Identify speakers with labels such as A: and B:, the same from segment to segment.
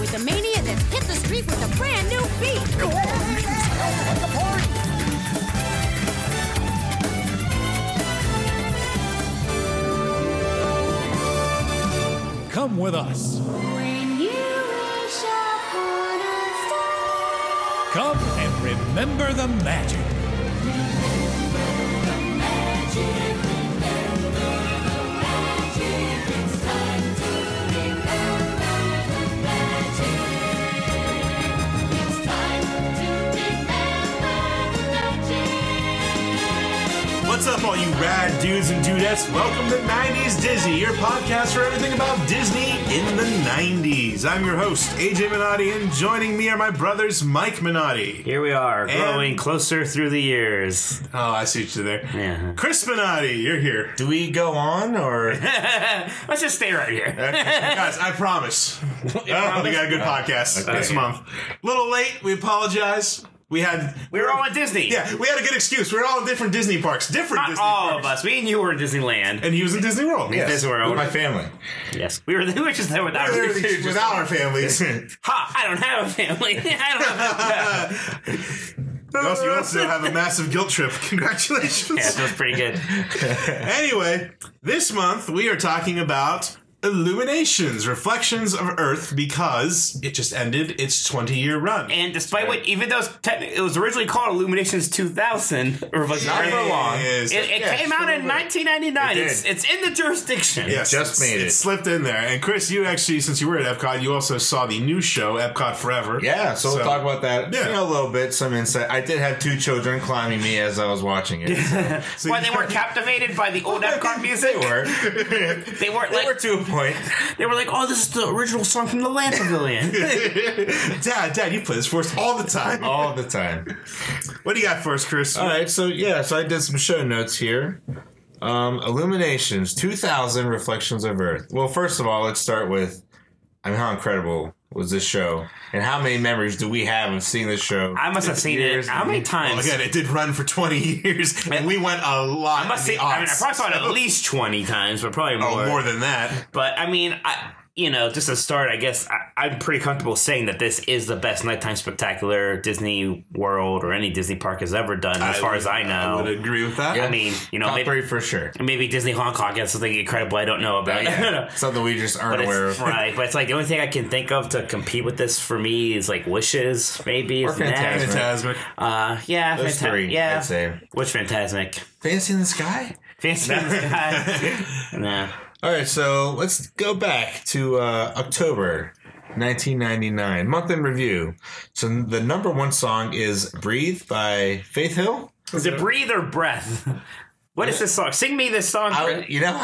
A: with a mania that's hit the street with a brand new beat.
B: Come with us.
A: When you wish upon a star.
B: Come and remember the magic.
C: What's up, all you rad dudes and dudettes? Welcome to 90s Disney, your podcast for everything about Disney in the 90s. I'm your host, AJ Minotti, and joining me are my brothers, Mike Minotti.
D: Here we are, growing
C: And-
D: closer through the years.
C: Oh, I see what you did there.
D: Yeah.
C: Chris Minotti, you're here. Do we go on or.
D: Let's just stay right here.
C: Okay, guys, I promise. Oh, we
D: promise?
C: got a good podcast this month. Little late, we apologize. We had.
D: We were all at Disney.
C: Yeah, we had a good excuse. We were all in different Disney parks. Different
D: Not
C: Disney
D: all
C: parks.
D: of us. We and you were in Disneyland.
C: And he was in Disney World.
D: Yes. Disney World.
C: With my family.
D: Yes. We were, we were just there without
C: They're
D: we were just-
C: Without our families. you
D: Ha! I don't have a family. I don't know.
C: also, you also have a massive guilt trip. Congratulations.
D: yeah, so it's pretty good.
C: Anyway, this month we are talking about Illuminations, Reflections of Earth, because it just ended its 20 year run.
D: And despite what, even though it's techni- it was originally called Illuminations 2000, or was not for long,
C: Yes.
D: it, it
E: Yeah,
D: came
E: it's
D: out
E: still
D: in
E: there.
D: 1999.
E: It
D: it's,
E: did.
D: it's in the jurisdiction.
C: Yes, it's-
E: just made it.
C: slipped in there. And Chris, you actually, since you were at Epcot, you also saw the new show, Epcot Forever.
E: Yeah, so, we'll talk about that
C: Yeah.
E: you know, a little bit, some insight. I did have two children climbing me as I was watching it. So
C: So
D: Why
C: you-
D: they were captivated by the old Epcot music?
E: they were. they
D: They weren't like
E: were to a point.
D: They were like, "Oh, this is the original song from the Land Pavilion."
C: Dad, Dad, you play this for us all the time.
E: All the time.
C: What do you got for us, Chris?
E: All right, so yeah, so I did some show notes here. Um, Illuminations, 2000 Reflections of Earth. Well, first of all, let's start with I mean, how incredible was this show? And how many memories do we have of seeing this show?
D: I must have seen it
E: Years.
D: how many
C: Well,
D: times?
C: again, it did run for 20 years, and we went a lot.
D: I must
C: in
D: see.
C: the
D: I mean, I
C: aughts.
D: probably saw it at least twenty times, but probably more.
C: Oh, more than that.
D: but I mean, I you know, just to start, I guess I, I'm pretty comfortable saying that this is the best nighttime spectacular Disney World or any Disney park has ever done, as far as I know.
C: I would agree with that.
D: I mean, you know,
E: Top
D: maybe,
E: three for sure.
D: maybe Disney Hong Kong has something incredible I don't know about.
E: Yeah, something we just aren't
D: But
E: aware of.
D: it's, right, but it's like the only thing I can think of to compete with this for me is like wishes, maybe
E: Or
D: is next.
E: Fantasmic.
C: Fantasmic.
D: Uh, yeah,
E: Those
D: Fanta-
E: three,
D: yeah.
E: I'd say.
D: Which Fantasmic?
E: Fancy in the Sky?
D: Fancy Sky. nah.
E: All right, so let's go back to uh, October 1999, month in review. So the number one song is "Breathe" by Faith Hill.
D: Is it breathe or breath? What is this song? Sing me this song.
E: I, you know,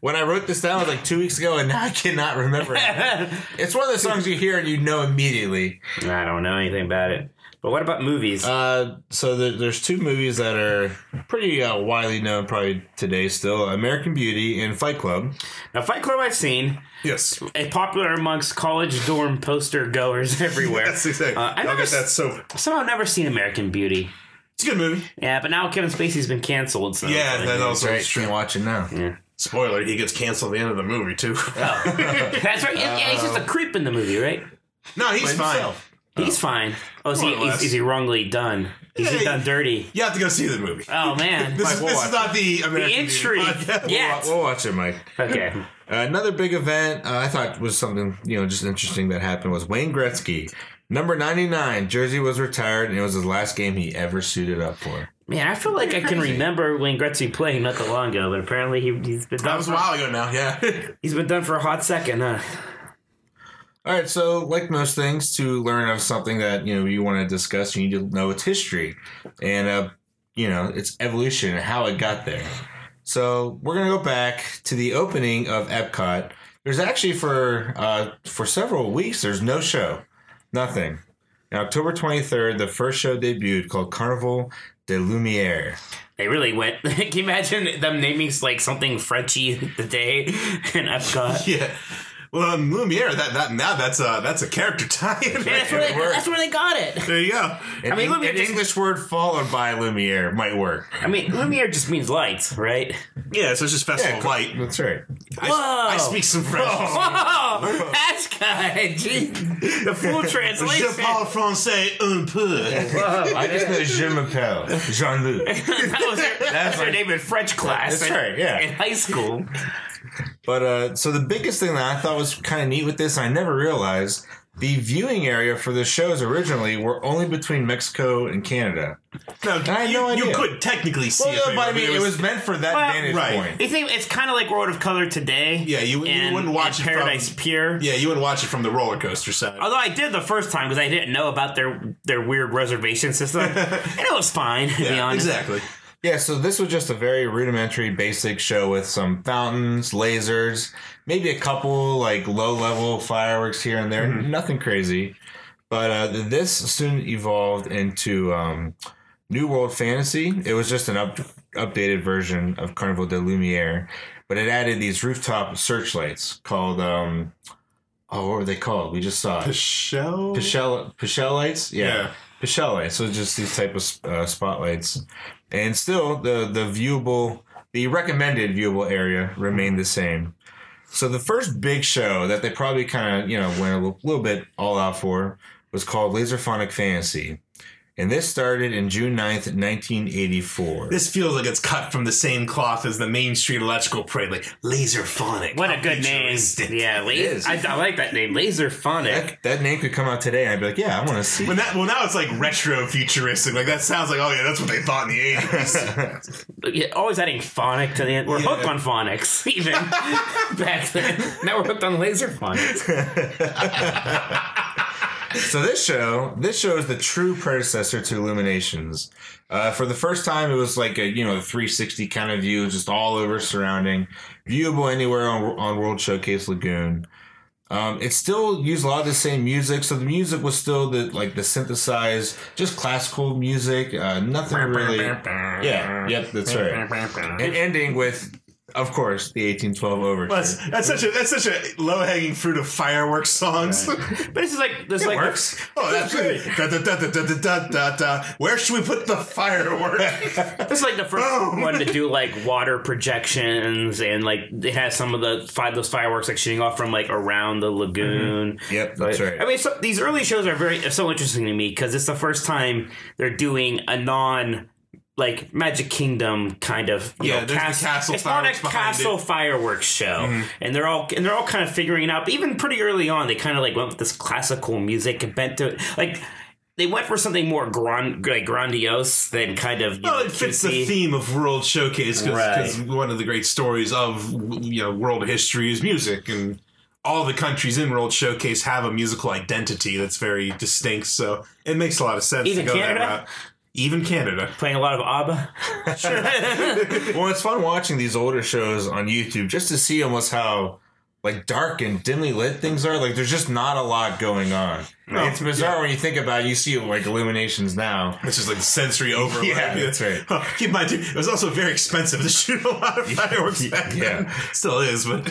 E: when I wrote this down, it was like two weeks ago, and now I cannot remember. it. It's one of the songs you hear and you know immediately.
D: I don't know anything about it. But what about movies?
E: Uh, so there, there's two movies that are pretty uh, widely known, probably today still: American Beauty and Fight Club.
D: now, Fight Club I've seen.
C: Yes.
D: It's popular amongst college dorm poster goers everywhere.
C: That's exactly.
D: Uh, I
C: I'll
D: never
C: get that
D: s-
C: soap.
D: Somehow I've never seen American Beauty.
C: It's a good movie.
D: Yeah, but now Kevin Spacey's been canceled. So
C: Yeah, that also is
E: Can't
C: true.
E: watch it now.
C: Spoiler: He gets canceled at the end of the movie too.
D: Oh. That's right. Yeah, he's
C: Uh,
D: just a creep in the movie, right?
C: no, he's fine.
E: Himself.
D: He's fine. Oh, is
C: uh, More
D: he,
C: or less.
D: is, is he wrongly done? Is
C: Yeah,
D: he done dirty?
C: You have to go see the movie.
D: Oh, man.
C: This, is,
E: we'll
C: this
E: watch
C: is not the American Beauty
D: the intrigue
C: podcast.
D: yet.
E: We'll watch it, Mike. Uh,
D: Okay.
E: Another big event uh, I thought was something you know just interesting that happened was Wayne Gretzky, number ninety nine jersey was retired and it was his last game he ever suited up for.
D: Man, I feel like I can remember Wayne Gretzky playing not that long ago, but apparently he, he's been
C: That
D: done.
C: was
D: For,
C: a while ago now. Yeah.
D: He's been done for a hot second, huh?
E: All right, so like most things, to learn of something that you know you want to discuss, you need to know its history and uh, you know its evolution and how it got there. So we're gonna go back to the opening of Epcot. There's actually for uh, for several weeks. There's no show, nothing. On October 23rd, the first show debuted called Carnival de Lumiere.
D: They really went. Can you imagine them naming like something Frenchy the day in Epcot?
C: Yeah.
F: Well, um, Lumiere, that that now that's a that's a character tie-in.
D: Yeah, that's,
F: right
D: where they,
F: there.
D: that's where they got it.
F: There you go.
E: An,
D: I mean,
E: Eng-
D: Lumiere
E: an
D: just-
E: English word followed by Lumiere might work.
D: I mean, Lumiere just means lights, right?
F: Yeah, so it's just Festival of Light.
E: That's right.
F: I,
D: Whoa.
F: I speak some French.
D: Oh. Whoa, that's guy, gee, the full translation.
F: Je parle français un peu.
E: Oh, I just know Je m'appelle Jean Luc.
D: that was their, that's their name in French class.
E: That's
D: in-
E: right, yeah.
D: in high school.
E: But uh, so the biggest thing that I thought was kind of neat with this, and I never realized the viewing area for the shows originally were only between Mexico and Canada.
F: No,
E: I had
F: you,
E: no
F: you
E: idea.
F: could technically see
E: Well,
F: it.
E: no, but I mean, it was meant for that
D: Well,
E: vantage
F: right.
E: point.
D: You think it's kind of like World of Color today?
F: Yeah, you- you
D: and-
F: wouldn't watch
D: and
F: it from-
D: Paradise Pier.
F: Yeah, you would watch it from the roller coaster side.
D: Although I did the first time because I didn't know about their their weird reservation system, and it was fine. To be
F: Yeah,
D: honest,
F: exactly.
E: Yeah, so this was just a very rudimentary, basic show with some fountains, lasers, maybe a couple like low level fireworks here and there, nothing crazy. But uh, this soon evolved into um, New World Fantasy. It was just an up- updated version of Carnival de Lumiere, but it added these rooftop searchlights called, um, oh, what were they called? We just saw it.
F: Pichelle?
E: Pichel Pichel lights, yeah,
F: Yeah.
E: Pichel lights. So just these type of uh, spotlights, and still the the viewable, the recommended viewable area remained the same. So the first big show that they probably kind of you know went a little, little bit all out for was called Laserphonic Fantasy, and this started in June 9th, nineteen eighty four.
F: This feels like it's cut from the same cloth as the Main Street Electrical Parade, like Laser Phonic.
D: what a
F: How
D: good name.
F: futuristic.
D: Yeah, la-
E: is.
D: I, I like that name, Laser Phonic.
E: That, that name could come out today, and I'd be like, yeah, I want to see.
F: When that, well, now it's like retro futuristic. Like that sounds like, oh yeah, that's what they thought in the eighties.
D: Yeah, always adding phonic to the end. We're
F: Yeah.
D: hooked on phonics, even back then. Now we're hooked on Laser Phonics.
E: So this show, this show is the true predecessor to Illuminations. Uh, for the first time, it was like a you know 360 kind of view, just all over surrounding, viewable anywhere on on World Showcase Lagoon. Um, it still used a lot of the same music, so the music was still the like the synthesized, just classical music. Uh, nothing really. Yeah. Yep. That's right. And ending with, of course, the 1812 overture.
F: that's, that's such a that's such a low hanging fruit of fireworks songs.
D: But this is like this like
F: Oh, that's great. Da, da, da, da, da, da, da, da. Where should we put the firework?
D: This is like the first
F: Boom.
D: one to do like water projections and like it has some of the five those fireworks like shooting off from like around the lagoon.
E: Mm-hmm. Yep, that's
D: Like,
E: right.
D: I mean, so, these early shows are very so interesting to me because it's the first time they're doing a non like Magic Kingdom kind of you
F: Yeah,
D: know,
F: there's the castle
D: It's not a
F: fireworks behind
D: castle
F: it. Mm-hmm.
D: fireworks show, and they're all and they're all kind of figuring it out. But even pretty early on, they kind of like went with this classical music and bent to it like. They went for something more grand, like grandiose than kind of. you
F: Well,
D: know,
F: it fits
D: cutesy.
F: the theme of World Showcase because one of the great stories of you know world history is music, and all the countries in World Showcase have a musical identity that's very distinct. So it makes a lot of sense
D: Even
F: to go
D: Canada?
F: that route. Even Canada,
D: playing a lot of ABBA.
E: Well, it's fun watching these older shows on YouTube just to see almost how like dark and dimly lit things are. Like there's just not a lot going on. it's bizarre when you think about it. You see like illuminations now.
F: which is like sensory overload.
E: Yeah, that's right.
F: Oh, keep in mind, too, it was also very expensive to shoot a lot of fireworks back then.
E: yeah.
F: Still is, but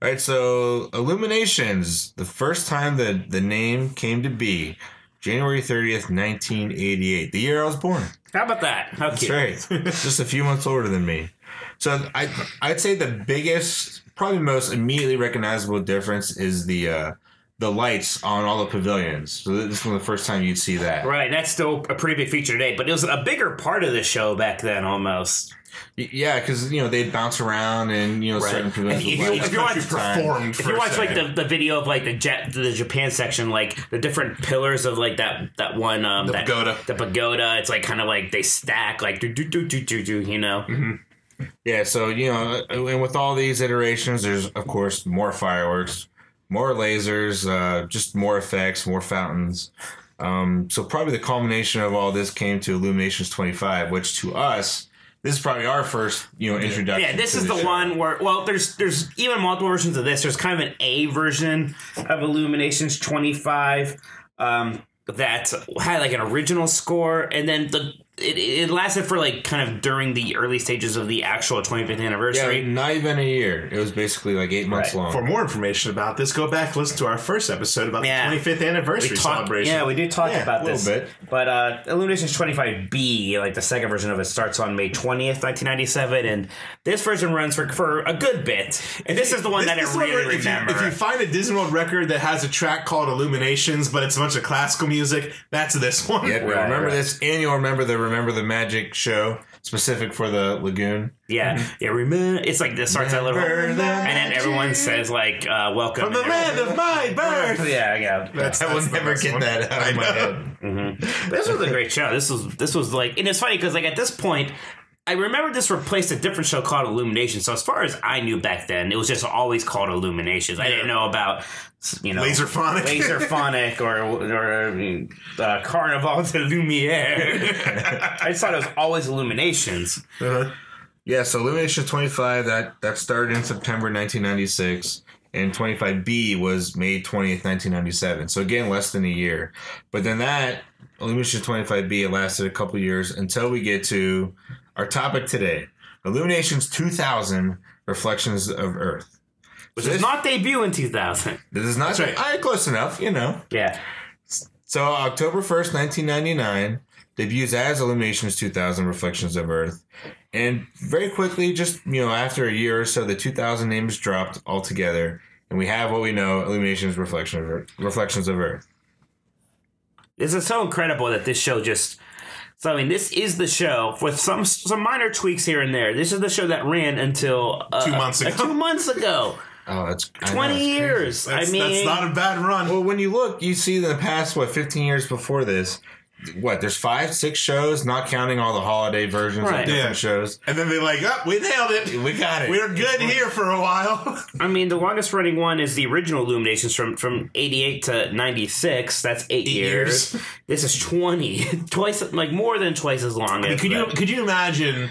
E: All right, so illuminations. The first time that the name came to be, January 30th, 1988, the year I was born.
D: How about that? How cute.
E: That's right. Just a few months older than me. So I I'd say the biggest, probably most immediately recognizable difference is the uh, the lights on all the pavilions. So this is one of the first time you'd see that.
D: Right, and that's still a pretty big feature today, but it was a bigger part of the show back then almost.
E: Y- Yeah, because you know they'd bounce around and you know certain pavilions.
D: If you-
E: would light
D: if
E: up
D: you watch
E: every time.
F: performed.
D: If you watch like the, the video of like the jet the Japan section, like the different pillars of like that that one um the that,
F: pagoda.
D: the pagoda, it's like kind of like they stack like do do do do do do, you know.
E: Yeah, so you know, and with all these iterations, there's of course more fireworks, more lasers, uh, just more effects, more fountains. Um, so probably the culmination of all this came to Illuminations 25, which to us, this is probably our first you know introduction.
D: Yeah, this
E: to
D: is the
E: show.
D: one where well, there's there's even multiple versions of this. There's kind of an A version of Illuminations 25 um, that had like an original score, and then the it, it lasted for like kind of during the early stages of the actual 25th
E: Yeah,
D: anniversary.
E: not even a year. It was basically like eight months
D: Right.
E: long.
F: For more information about this, go back listen to our first episode about
D: Yeah.
F: the 25th anniversary
D: we talked,
F: celebration.
D: yeah, we did talk
F: Yeah,
D: about
E: a little
D: this.
E: bit.
D: But uh, Illuminations 25B, like the second version of it, starts on May 20th, 1997, and this version runs for, for a good bit. And this is the one
F: This-
D: that
F: this
D: I
F: one
D: really
F: where if you-
D: remember.
F: If you, find a Disney World record that has a track called Illuminations, but it's a bunch of classical music, that's this one.
E: Yep,
D: Right,
E: remember
D: right.
E: this, and you'll remember the Remember the Magic show specific for the Lagoon.
D: yeah,
F: Mm-hmm.
D: yeah, remember. It's like this starts out a little,
E: Remember
D: and
E: the
D: then everyone says like, uh, "Welcome."
F: From the
D: and
F: land of my birth.
D: Yeah, yeah.
F: That's-
E: I will
F: that's the
E: never
F: best
E: get
F: one.
E: that out
F: I
E: of my
F: know.
E: head.
D: Mm-hmm. this was a great show. This was this was like, and it's funny because like at this point, I remember this replaced a different show called Illumination. So as far as I knew back then, it was just always called Illuminations. I didn't know about you know
F: Laserphonic.
D: Laserphonic or or uh, Carnival de Lumiere. I just thought it was always Illuminations.
F: Uh-huh.
E: Yeah, so Illumination 25 that that started in September 1996 and 25B was May 20th, 1997. So again, less than a year. But then that Illumination 25B it lasted a couple years until we get to our topic today. Illuminations 2000 Reflections of Earth.
D: Which did
E: This-
D: not debut in 2000.
E: This is not
F: right.
E: Ah, close enough, you know.
D: Yeah.
E: So October 1st, 1999 debuts as Illuminations 2000 Reflections of Earth. And very quickly, just, you know, after a year or so, the 2000 name is dropped altogether. And we have what we know, Illuminations Reflections of Earth. Reflections of Earth.
D: This is so incredible that this show just. So I mean, this is the show with some some minor tweaks here and there. This is the show that ran until uh,
F: Two months
D: uh,
F: ago.
D: two months ago,
E: Oh, that's I know,
D: twenty
E: it's crazy.
D: years.
F: That's,
D: I mean,
F: that's not a bad run.
E: Well, when you look, you see in the past, what, 15 years before this, what, there's five, six shows, not counting all the holiday versions
D: Right.
E: of different
F: Yeah.
E: shows.
F: and then they're like, oh, we nailed it.
E: We got it.
F: We were good here for a while.
D: I mean, the longest running one is the original Illuminations from from eighty eight to ninety six. That's eight, years.
F: years.
D: This is twenty, twice like more than twice as long. as
F: could you
D: that.
F: could you imagine?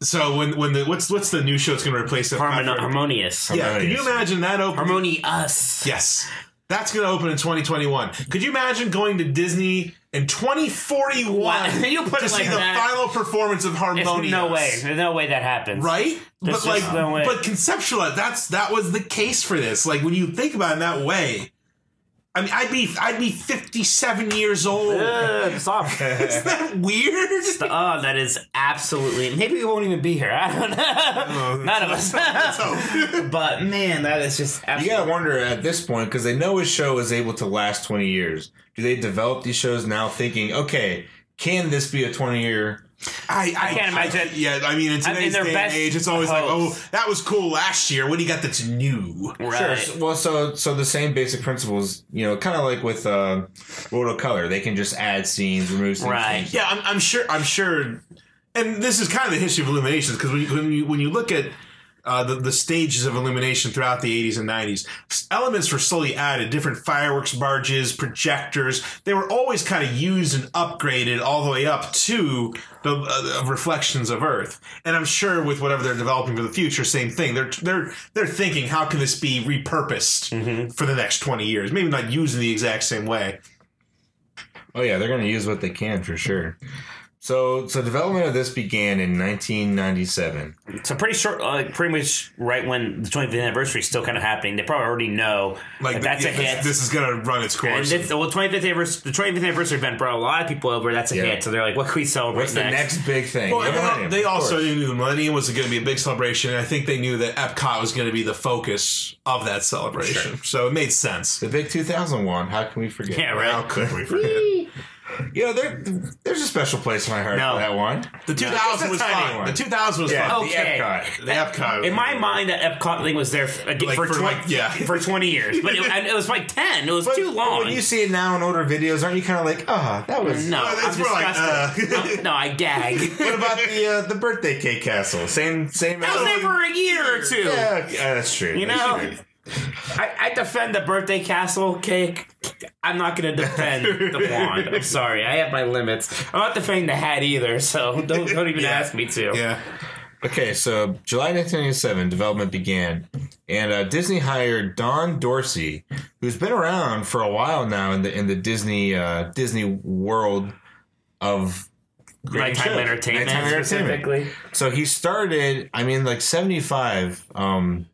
F: So when when the what's what's the new show that's going to replace it?
D: Harmon- harmonious,
F: yeah, can you
E: Harmonious.
F: imagine that open?
D: harmonious?
F: Yes. That's going to open in 2021. Could you imagine going to Disney in 2041
D: Wow. You put
F: to
D: it
F: see
D: like
F: the
D: that.
F: final performance of
D: It's
F: Harmonious?
D: no way, There's no way that happens,
F: Right?
D: There's
F: but like
D: just no way.
F: but conceptualize that's that was the case for this. Like when you think about it in that way, I mean I'd be I'd be 57 years old.
D: Ugh, stop.
F: Isn't that weird?
D: Oh, that is absolutely. Maybe we won't even be here. I don't know. None of us. but man, that is just
E: You
D: absolutely.
E: gotta wonder at this point because they know his show is able to last twenty years. Do they develop these shows now thinking, okay, can this be a twenty year?
F: I, I,
D: can't imagine.
F: yeah, I mean in
D: I mean,
F: today's
D: their
F: day and
D: best
F: age it's always like,
D: hopes.
F: "Oh, that was cool last year. What do you got that's new?"
D: right.
E: Sure. Well, so so the same basic principles, you know, kind of like with uh, World of Color, they can just add scenes, remove scenes.
D: Right.
E: change-
F: Yeah, I'm, I'm sure. I'm sure. And this is kind of the history of Illuminations because when, you- when you when you look at uh, the the stages of Illumination throughout the 80s and 90s, s- elements were slowly added. Different fireworks barges, projectors. They were always kind of used and upgraded all the way up to the uh, uh, reflections of Earth. And I'm sure with whatever they're developing for the future, same thing. They're they're they're thinking how can this be repurposed
D: Mm-hmm.
F: for the next 20 years? Maybe not used in the exact same way.
E: Oh yeah, they're gonna use what they can for sure. So so development of this began in 1997.
D: So pretty short, uh, like pretty much right when the 20th anniversary is still kind of happening. They probably already know like
F: th-
D: that's a
F: yeah, this-
D: hit.
F: This, is gonna run its course.
D: and it's, well, 25th anniversary, the 25th anniversary event brought a lot of people over. That's a
E: Yeah.
D: hit. So they're like, what can we celebrate
E: What's the next big thing?
F: Well,
E: The
F: and they-
E: Millennium,
F: they
E: of
F: also
E: course.
F: knew the Millennium was going to be a big celebration, and I think they knew that Epcot was going to be the focus of that celebration. So it made sense.
E: the big 2001. How can we forget?
D: Yeah, right.
F: How could we forget?
E: You know, there, there's a special place in my heart
D: No.
E: for that one.
F: The 2000 was
E: Just a tiny
F: fun.
E: one.
F: The 2000 was
E: Yeah,
F: fun.
E: the
D: Okay.
E: Epcot.
F: The Epcot.
D: In my mind, that Epcot thing was there for,
F: Like,
D: for,
F: for,
D: 20,
F: like, yeah.
D: for 20 years, but it, and it was like 10. It was too long.
E: When you see it now in older videos, aren't you kind of like, ah, that was
D: no,
F: Well,
D: I'm
F: that's more like,
E: uh,
D: disgusted. no, no, I gag.
E: What about the uh, the birthday cake castle? Same same.
D: I was there for a year or two.
E: yeah, okay, uh, that's true.
D: You
E: that's
D: know, I, I defend the birthday castle cake. I'm not going to defend the wand. I'm sorry. I have my limits. I'm not defending the hat either, so don't, don't even ask me to.
F: yeah.
E: true. Okay, so July 1997 development began, and uh, Disney hired Don Dorsey, who's been around for a while now in the in the Disney uh, Disney world of
D: Nighttime
F: shows.
D: entertainment,
E: Nighttime entertainment.
D: specifically.
E: So he started, I mean, like 75. Um,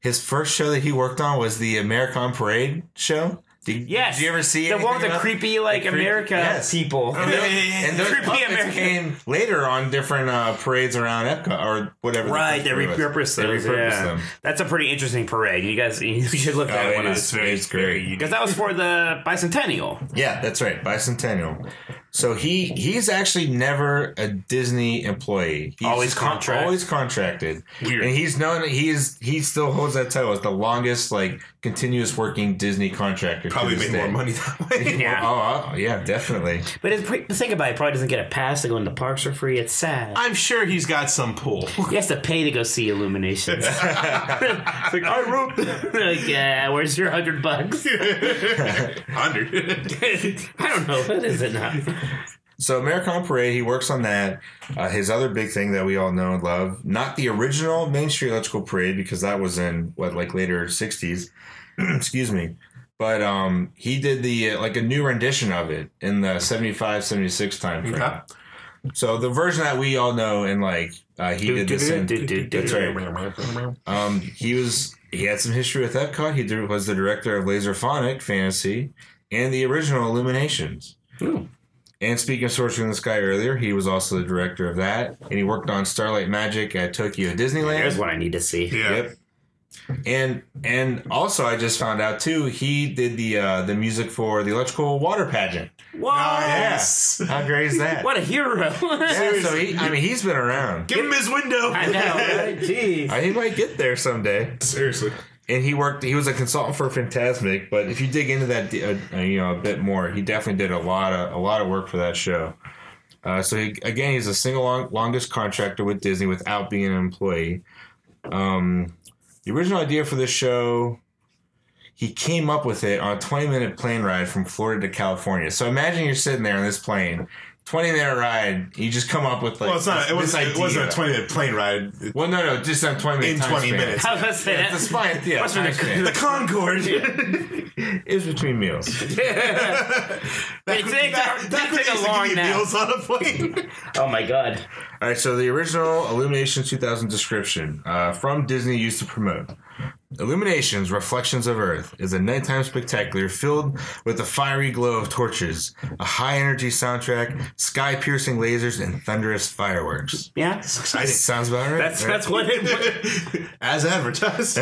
E: his first show that he worked on was the American Parade show. Did,
D: Yes.
E: Did you ever see
D: the one
E: anything
D: with the
E: about-
D: creepy like
E: creep-
D: America
E: yes. Oh,
D: people?
E: And those,
F: yeah, yeah, yeah.
E: and those
D: Creepy
E: puppets
D: American-
E: came later on different uh, parades around Epcot or whatever. the
D: Right,
E: first
D: they
E: parade was.
D: repurposed
E: They
D: those.
E: repurposed
D: yeah.
E: them.
D: That's a pretty interesting parade. You guys, you should look that
E: Oh,
D: one
E: it
D: up.
E: is. It's great.
D: Because that was for the bicentennial.
E: Yeah, that's right, bicentennial. So he he's actually never a Disney employee. He's
D: Always
E: just con-
D: contract.
E: always contracted.
D: Weird.
E: And he's known he is he still holds that title as the longest like continuous working Disney contractor. to
F: Probably
E: this
F: made more
E: day.
F: money that way.
E: Oh,
D: Yeah.
E: oh, oh, yeah, definitely.
D: But it's pretty, think about it. It probably doesn't get a pass to go into parks for free. It's sad.
F: I'm sure he's got some pull.
D: He has to pay to go see Illuminations.
F: It's like I wrote that.
D: like, yeah, where's your hundred bucks?
F: hundred.
D: I don't know. What is it now?
E: So American Parade, he works on that. Uh, his other big thing that we all know and love, not the original Main Street Electrical Parade because that was in what like later '60s. Excuse me. But um, he did the uh, like a new rendition of it in the 75, 76 time frame.
F: Okay.
E: So the version that we all know and like uh, he did this in. That's right. Um, he was he had some history with Epcot. He dir- was the director of Laserphonic Fantasy and the original Illuminations.
D: Ooh.
E: And speaking of Sorcerer in the Sky earlier, he was also the director of that, and he worked on Starlight Magic at Tokyo Disneyland.
D: There's what I need to see.
F: Yeah.
E: Yep. And and also, I just found out too. He did the uh, the music for the electrical water pageant.
D: Whoa!
F: Yes.
E: How great is that?
D: What a hero!
E: Yeah, so he, I mean, he's been around.
F: Give him his window.
D: I know, right? Jeez.
E: Uh, He might get there someday.
F: Seriously.
E: and he worked he was a consultant for phantasmic but if you dig into that uh, you know a bit more he definitely did a lot of a lot of work for that show uh, so he, again he's the single long, longest contractor with disney without being an employee um, the original idea for this show he came up with it on a 20 minute plane ride from florida to california so imagine you're sitting there on this plane 20 minute ride you just come up with like
F: Well, it's not.
E: this-
F: It was.
E: this
F: It wasn't a
E: idea.
F: twenty-minute plane ride.
E: well no no just on 20 minute
F: In
E: time
F: 20
E: span.
F: minutes.
D: I was gonna say
E: yeah,
D: that.
E: it's a spine, yeah,
D: Must have been
E: time
D: a-
E: span.
F: The Concorde.
E: It was between meals.
F: Back
D: It
F: when-
D: takes-
F: back-
D: it
F: back when
D: takes
F: they
D: a
F: used to
D: long
F: give you
D: nap.
F: meals on a plane.
D: Oh my god!
E: All right, so the original Illuminations 2000 description uh, from Disney used to promote. Illuminations Reflections of Earth is a nighttime spectacular filled with the fiery glow of torches, a high energy soundtrack, sky piercing lasers, and thunderous fireworks.
D: Yeah,
E: It sounds about right.
D: that's
E: right?
D: that's what it was.
F: As advertised.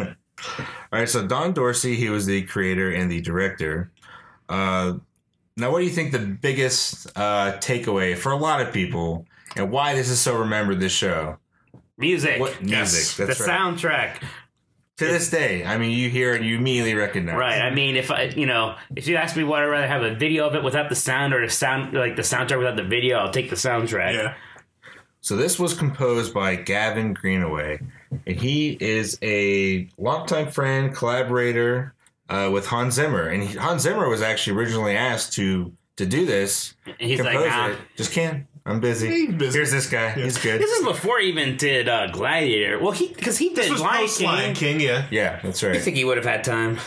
E: All right, so Don Dorsey, he was the creator and the director. Uh, now, what do you think the biggest uh, takeaway for a lot of people and why this is so remembered this show?
D: Music.
E: What music?
F: Yes,
D: the
E: That's right.
D: soundtrack,
E: To this day, I mean, you hear it, you immediately recognize.
D: right? I mean, if I, you know, if you ask me what I'd rather have a video of it without the sound or a sound like the soundtrack without the video, I'll take the soundtrack.
F: yeah.
E: So this was composed by Gavin Greenaway, and he is a longtime friend, collaborator uh, with Hans Zimmer. And he, Hans Zimmer was actually originally asked to to do this.
D: And he's like,
E: compose
D: nah.
E: it. just can't. I'm busy.
F: He's busy.
E: Here's this guy. He's good.
D: This is before he even did uh, Gladiator. Well, he because he did
F: This was
D: Lion
F: post
D: King.
F: Lion King. Yeah.
E: Yeah, that's
D: I
E: right.
D: think he would have had time.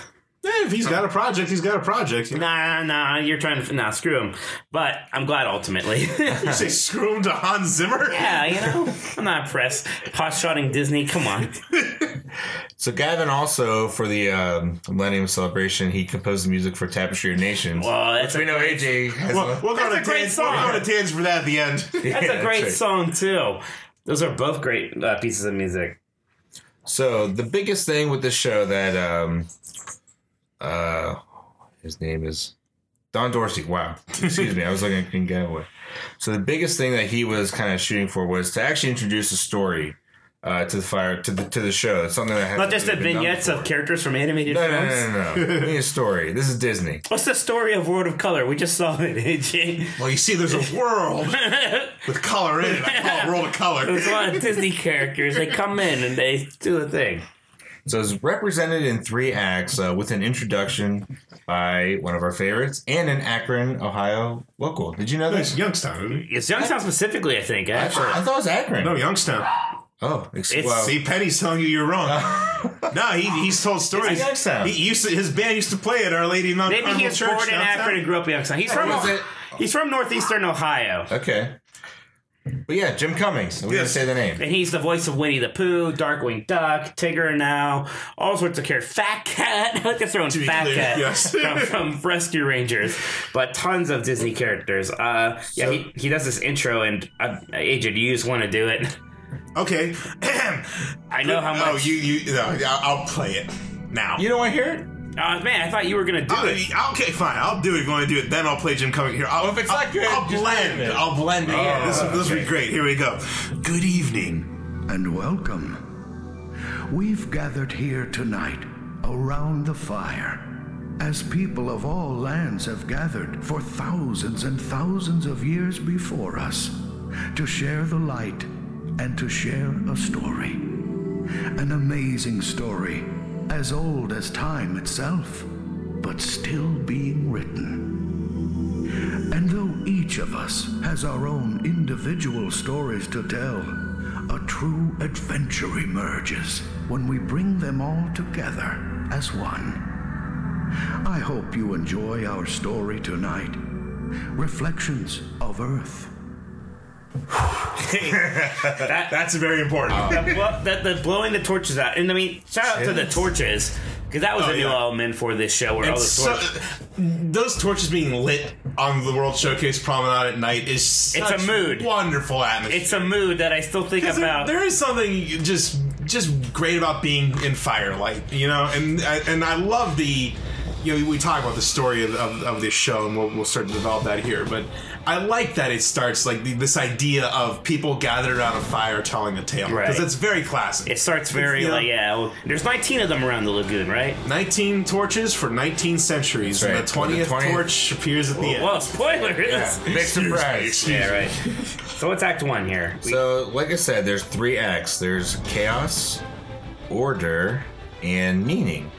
F: Yeah. If he's got a project, he's got a project. You
D: Nah, nah, you're trying to nah, screw him. But I'm glad ultimately.
F: You say screw him to Hans Zimmer.
D: yeah, you know, I'm not impressed. Hotshotting Disney, come on.
E: So Gavin also for the um, Millennium Celebration, he composed the music for Tapestry of Nations.
D: Well, that's
E: we
D: a,
E: know AJ has
F: We'll, we'll go
D: That's
F: on
D: a
F: a
D: great
F: tangent.
D: song.
F: We'll go on a tangent for that at the end.
D: that's a
E: Yeah,
D: great
E: right.
D: song too. Those are both great uh, pieces of music.
E: So the biggest thing with this show that um uh his name is Don Dorsey. Wow. Excuse me, I was looking at Green Getaway. So the biggest thing that he was kind of shooting for was to actually introduce a story uh, to the fire to the to the show. It's something that
D: Not
E: hasn't
D: just the
E: really been done
D: vignettes of
E: before.
D: characters from animated
E: No, no,
D: films.
E: no, no, no. We need a story. This is Disney.
D: What's the story of World of Color? We just saw it, AJ.
F: Well, you see, there's a world with color in it. I call it World of Color.
D: There's a lot of Disney characters. They come in and they do a thing.
E: So it's represented in three acts uh, with an introduction by one of our favorites and an Akron, Ohio local. Did you know
F: It's
E: this?
F: Youngstown, isn't it?
D: It's Youngstown specifically, I think.
E: I
D: Actually,
E: thought it was Akron.
F: No, Youngstown.
E: Oh, ex-
D: It's-
E: well,
F: See, Penny's telling you you're wrong. no, he, he's told stories.
E: It's Youngstown.
F: He used to, his band used to play at Our Lady of Mount
D: maybe he
F: Carmel
D: was
F: Church
D: born in
F: downtown.
D: Akron and grew up in Youngstown. He's from
E: was it?
D: he's from northeastern Ohio.
E: okay. But yeah, Jim Cummings. We didn't
F: Yes.
E: say the name.
D: And he's the voice of Winnie the Pooh, Darkwing Duck, Tigger now, all sorts of characters. Fat Cat. I like to throw in
F: be
D: Fat
F: clear,
D: Cat
F: yes.
D: from, from Rescue Rangers, but tons of Disney characters. Uh, yeah,
F: So-
D: he, he does this intro, and uh, AJ, do you just want to do it?
F: Okay.
D: I know how
F: Oh,
D: much.
F: you you no, I'll, I'll play it now.
E: You don't want to hear it?
D: Oh, man, I thought you were gonna do
F: I'll-
D: it.
F: okay, fine. I'll do it. Going to do it. Then I'll play Jim Cummings here. I'll,
E: Well, if it's
F: I'll,
E: not good,
F: I'll
E: just
F: blend.
E: leave it.
F: I'll blend. it. Yeah, this,
E: Oh,
F: this will be
E: okay.
F: great. Here we go. Good evening.
G: and welcome. We've gathered here tonight around the fire. As people of all lands have gathered for thousands and thousands of years before us to share the light and to share a story. An amazing story, as old as time itself, but still being written. And though each of us has our own individual stories to tell, a true adventure emerges when we bring them all together as one. I hope you enjoy our story tonight Reflections of Earth.
F: That's very important.
D: the, blo- the, the blowing the torches out, and I mean, shout out to the
E: Yes.
D: torches because that was
F: Oh,
D: a new
F: yeah.
D: element for this show. Where
F: And
D: all the
F: so-
D: torches,
F: those torches being lit on the World Showcase Promenade at night is such
D: a mood.
F: Wonderful atmosphere.
D: it's a mood that I still think
F: 'Cause there-
D: about.
F: there is something just just great about being in firelight, you know, and I- and I love the. You know, we talk about the story of, of, of this show, and we'll, we'll start to develop that here. But I like that it starts like the, this idea of people gathered around a fire telling a tale because
D: Right.
F: that's very classic.
D: It starts very
F: yeah.
D: like yeah. well, there's 19 of them around the lagoon, right?
F: 19 torches for 19 centuries,
E: That's right.
F: and the 20th,
E: The 20th
F: torch appears at the end.
D: Well, spoilers. Yeah,
E: Big surprise.
D: right. So what's Act One here? We-
E: So, like I said, there's three acts. There's chaos, order, and meaning.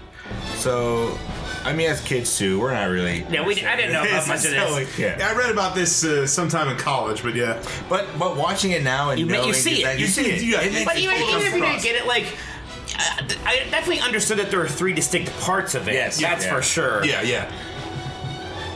E: So, I mean, as kids too, we're not really.
D: yeah, we, I didn't know
F: This
D: about
F: is
D: much of
F: telling.
D: this.
E: Yeah.
F: I read about this uh, sometime in college, but yeah.
E: But but watching it now and
D: You, ma-
E: knowing
D: you see
E: that
D: it. You see it.
F: you- yeah,
E: makes
D: But
E: it
D: even,
E: full
D: even if you didn't
E: cross.
D: get it, like. I I definitely understood that there were three distinct parts of it.
E: Yes.
D: that's
E: Yeah.
D: for sure.
F: Yeah, yeah.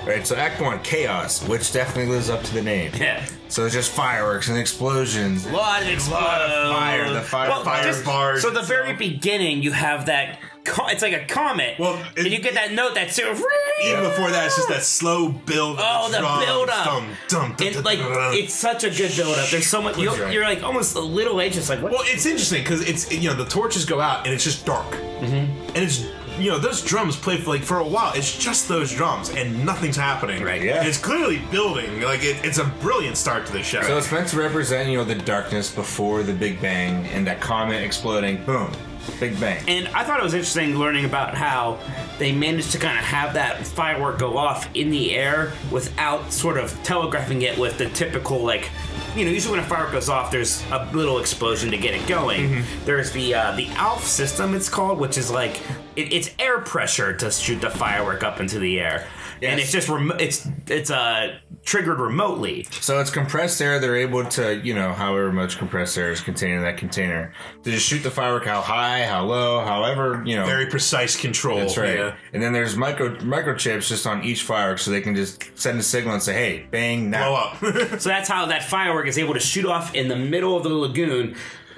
E: Right, so Act One, chaos, which definitely lives up to the name.
D: Yeah.
E: So it's just fireworks and explosions.
D: lot of explosions.
E: fire, the fire-
F: fire bars
D: So the
F: and
D: very
F: stuff.
D: beginning, you have that. Co- it's like a comet.
F: Well,
D: and
F: it-
D: you get that note that's sort of-
F: Even before that, it's just that slow build.
D: Oh, the build up.
F: Dum, dum, dum,
D: It,
F: dum,
D: like
F: dum, dum.
D: it's such a good build up. There's so much. You're,
E: Right.
D: you're like almost a little anxious. Like what?
F: well, it's interesting because it's you know the torches go out and it's just dark, mm-hmm. and it's you know those drums play for like for a while. It's just those drums and nothing's happening.
D: Right,
E: yeah.
F: And it's clearly building. Like it, it's a brilliant start to the show.
E: So it's meant to represent, you know, the darkness before the Big Bang and that comet exploding. Boom. Big Bang.
D: and I thought it was interesting learning about how they managed to kind of have that firework go off in the air without sort of telegraphing it with the typical like. You know, usually when a firework goes off, there's a little explosion to get it going.
F: Mm-hmm.
D: There's the uh, the ALF system, it's called, which is like it, it's air pressure to shoot the firework up into the air, and
E: Yes.
D: it's just remo- it's it's uh, triggered remotely.
E: So it's compressed air. They're able to, you know, however much compressed air is contained in that container, to just shoot the firework how high, how low, however, you know.
F: very precise control.
E: that's right.
F: yeah.
E: And then there's micro microchips just on each firework, so they can just send a signal and say, "Hey, bang now!"
F: Blow up. It
D: So that's how that firework is able to shoot off in the middle of the lagoon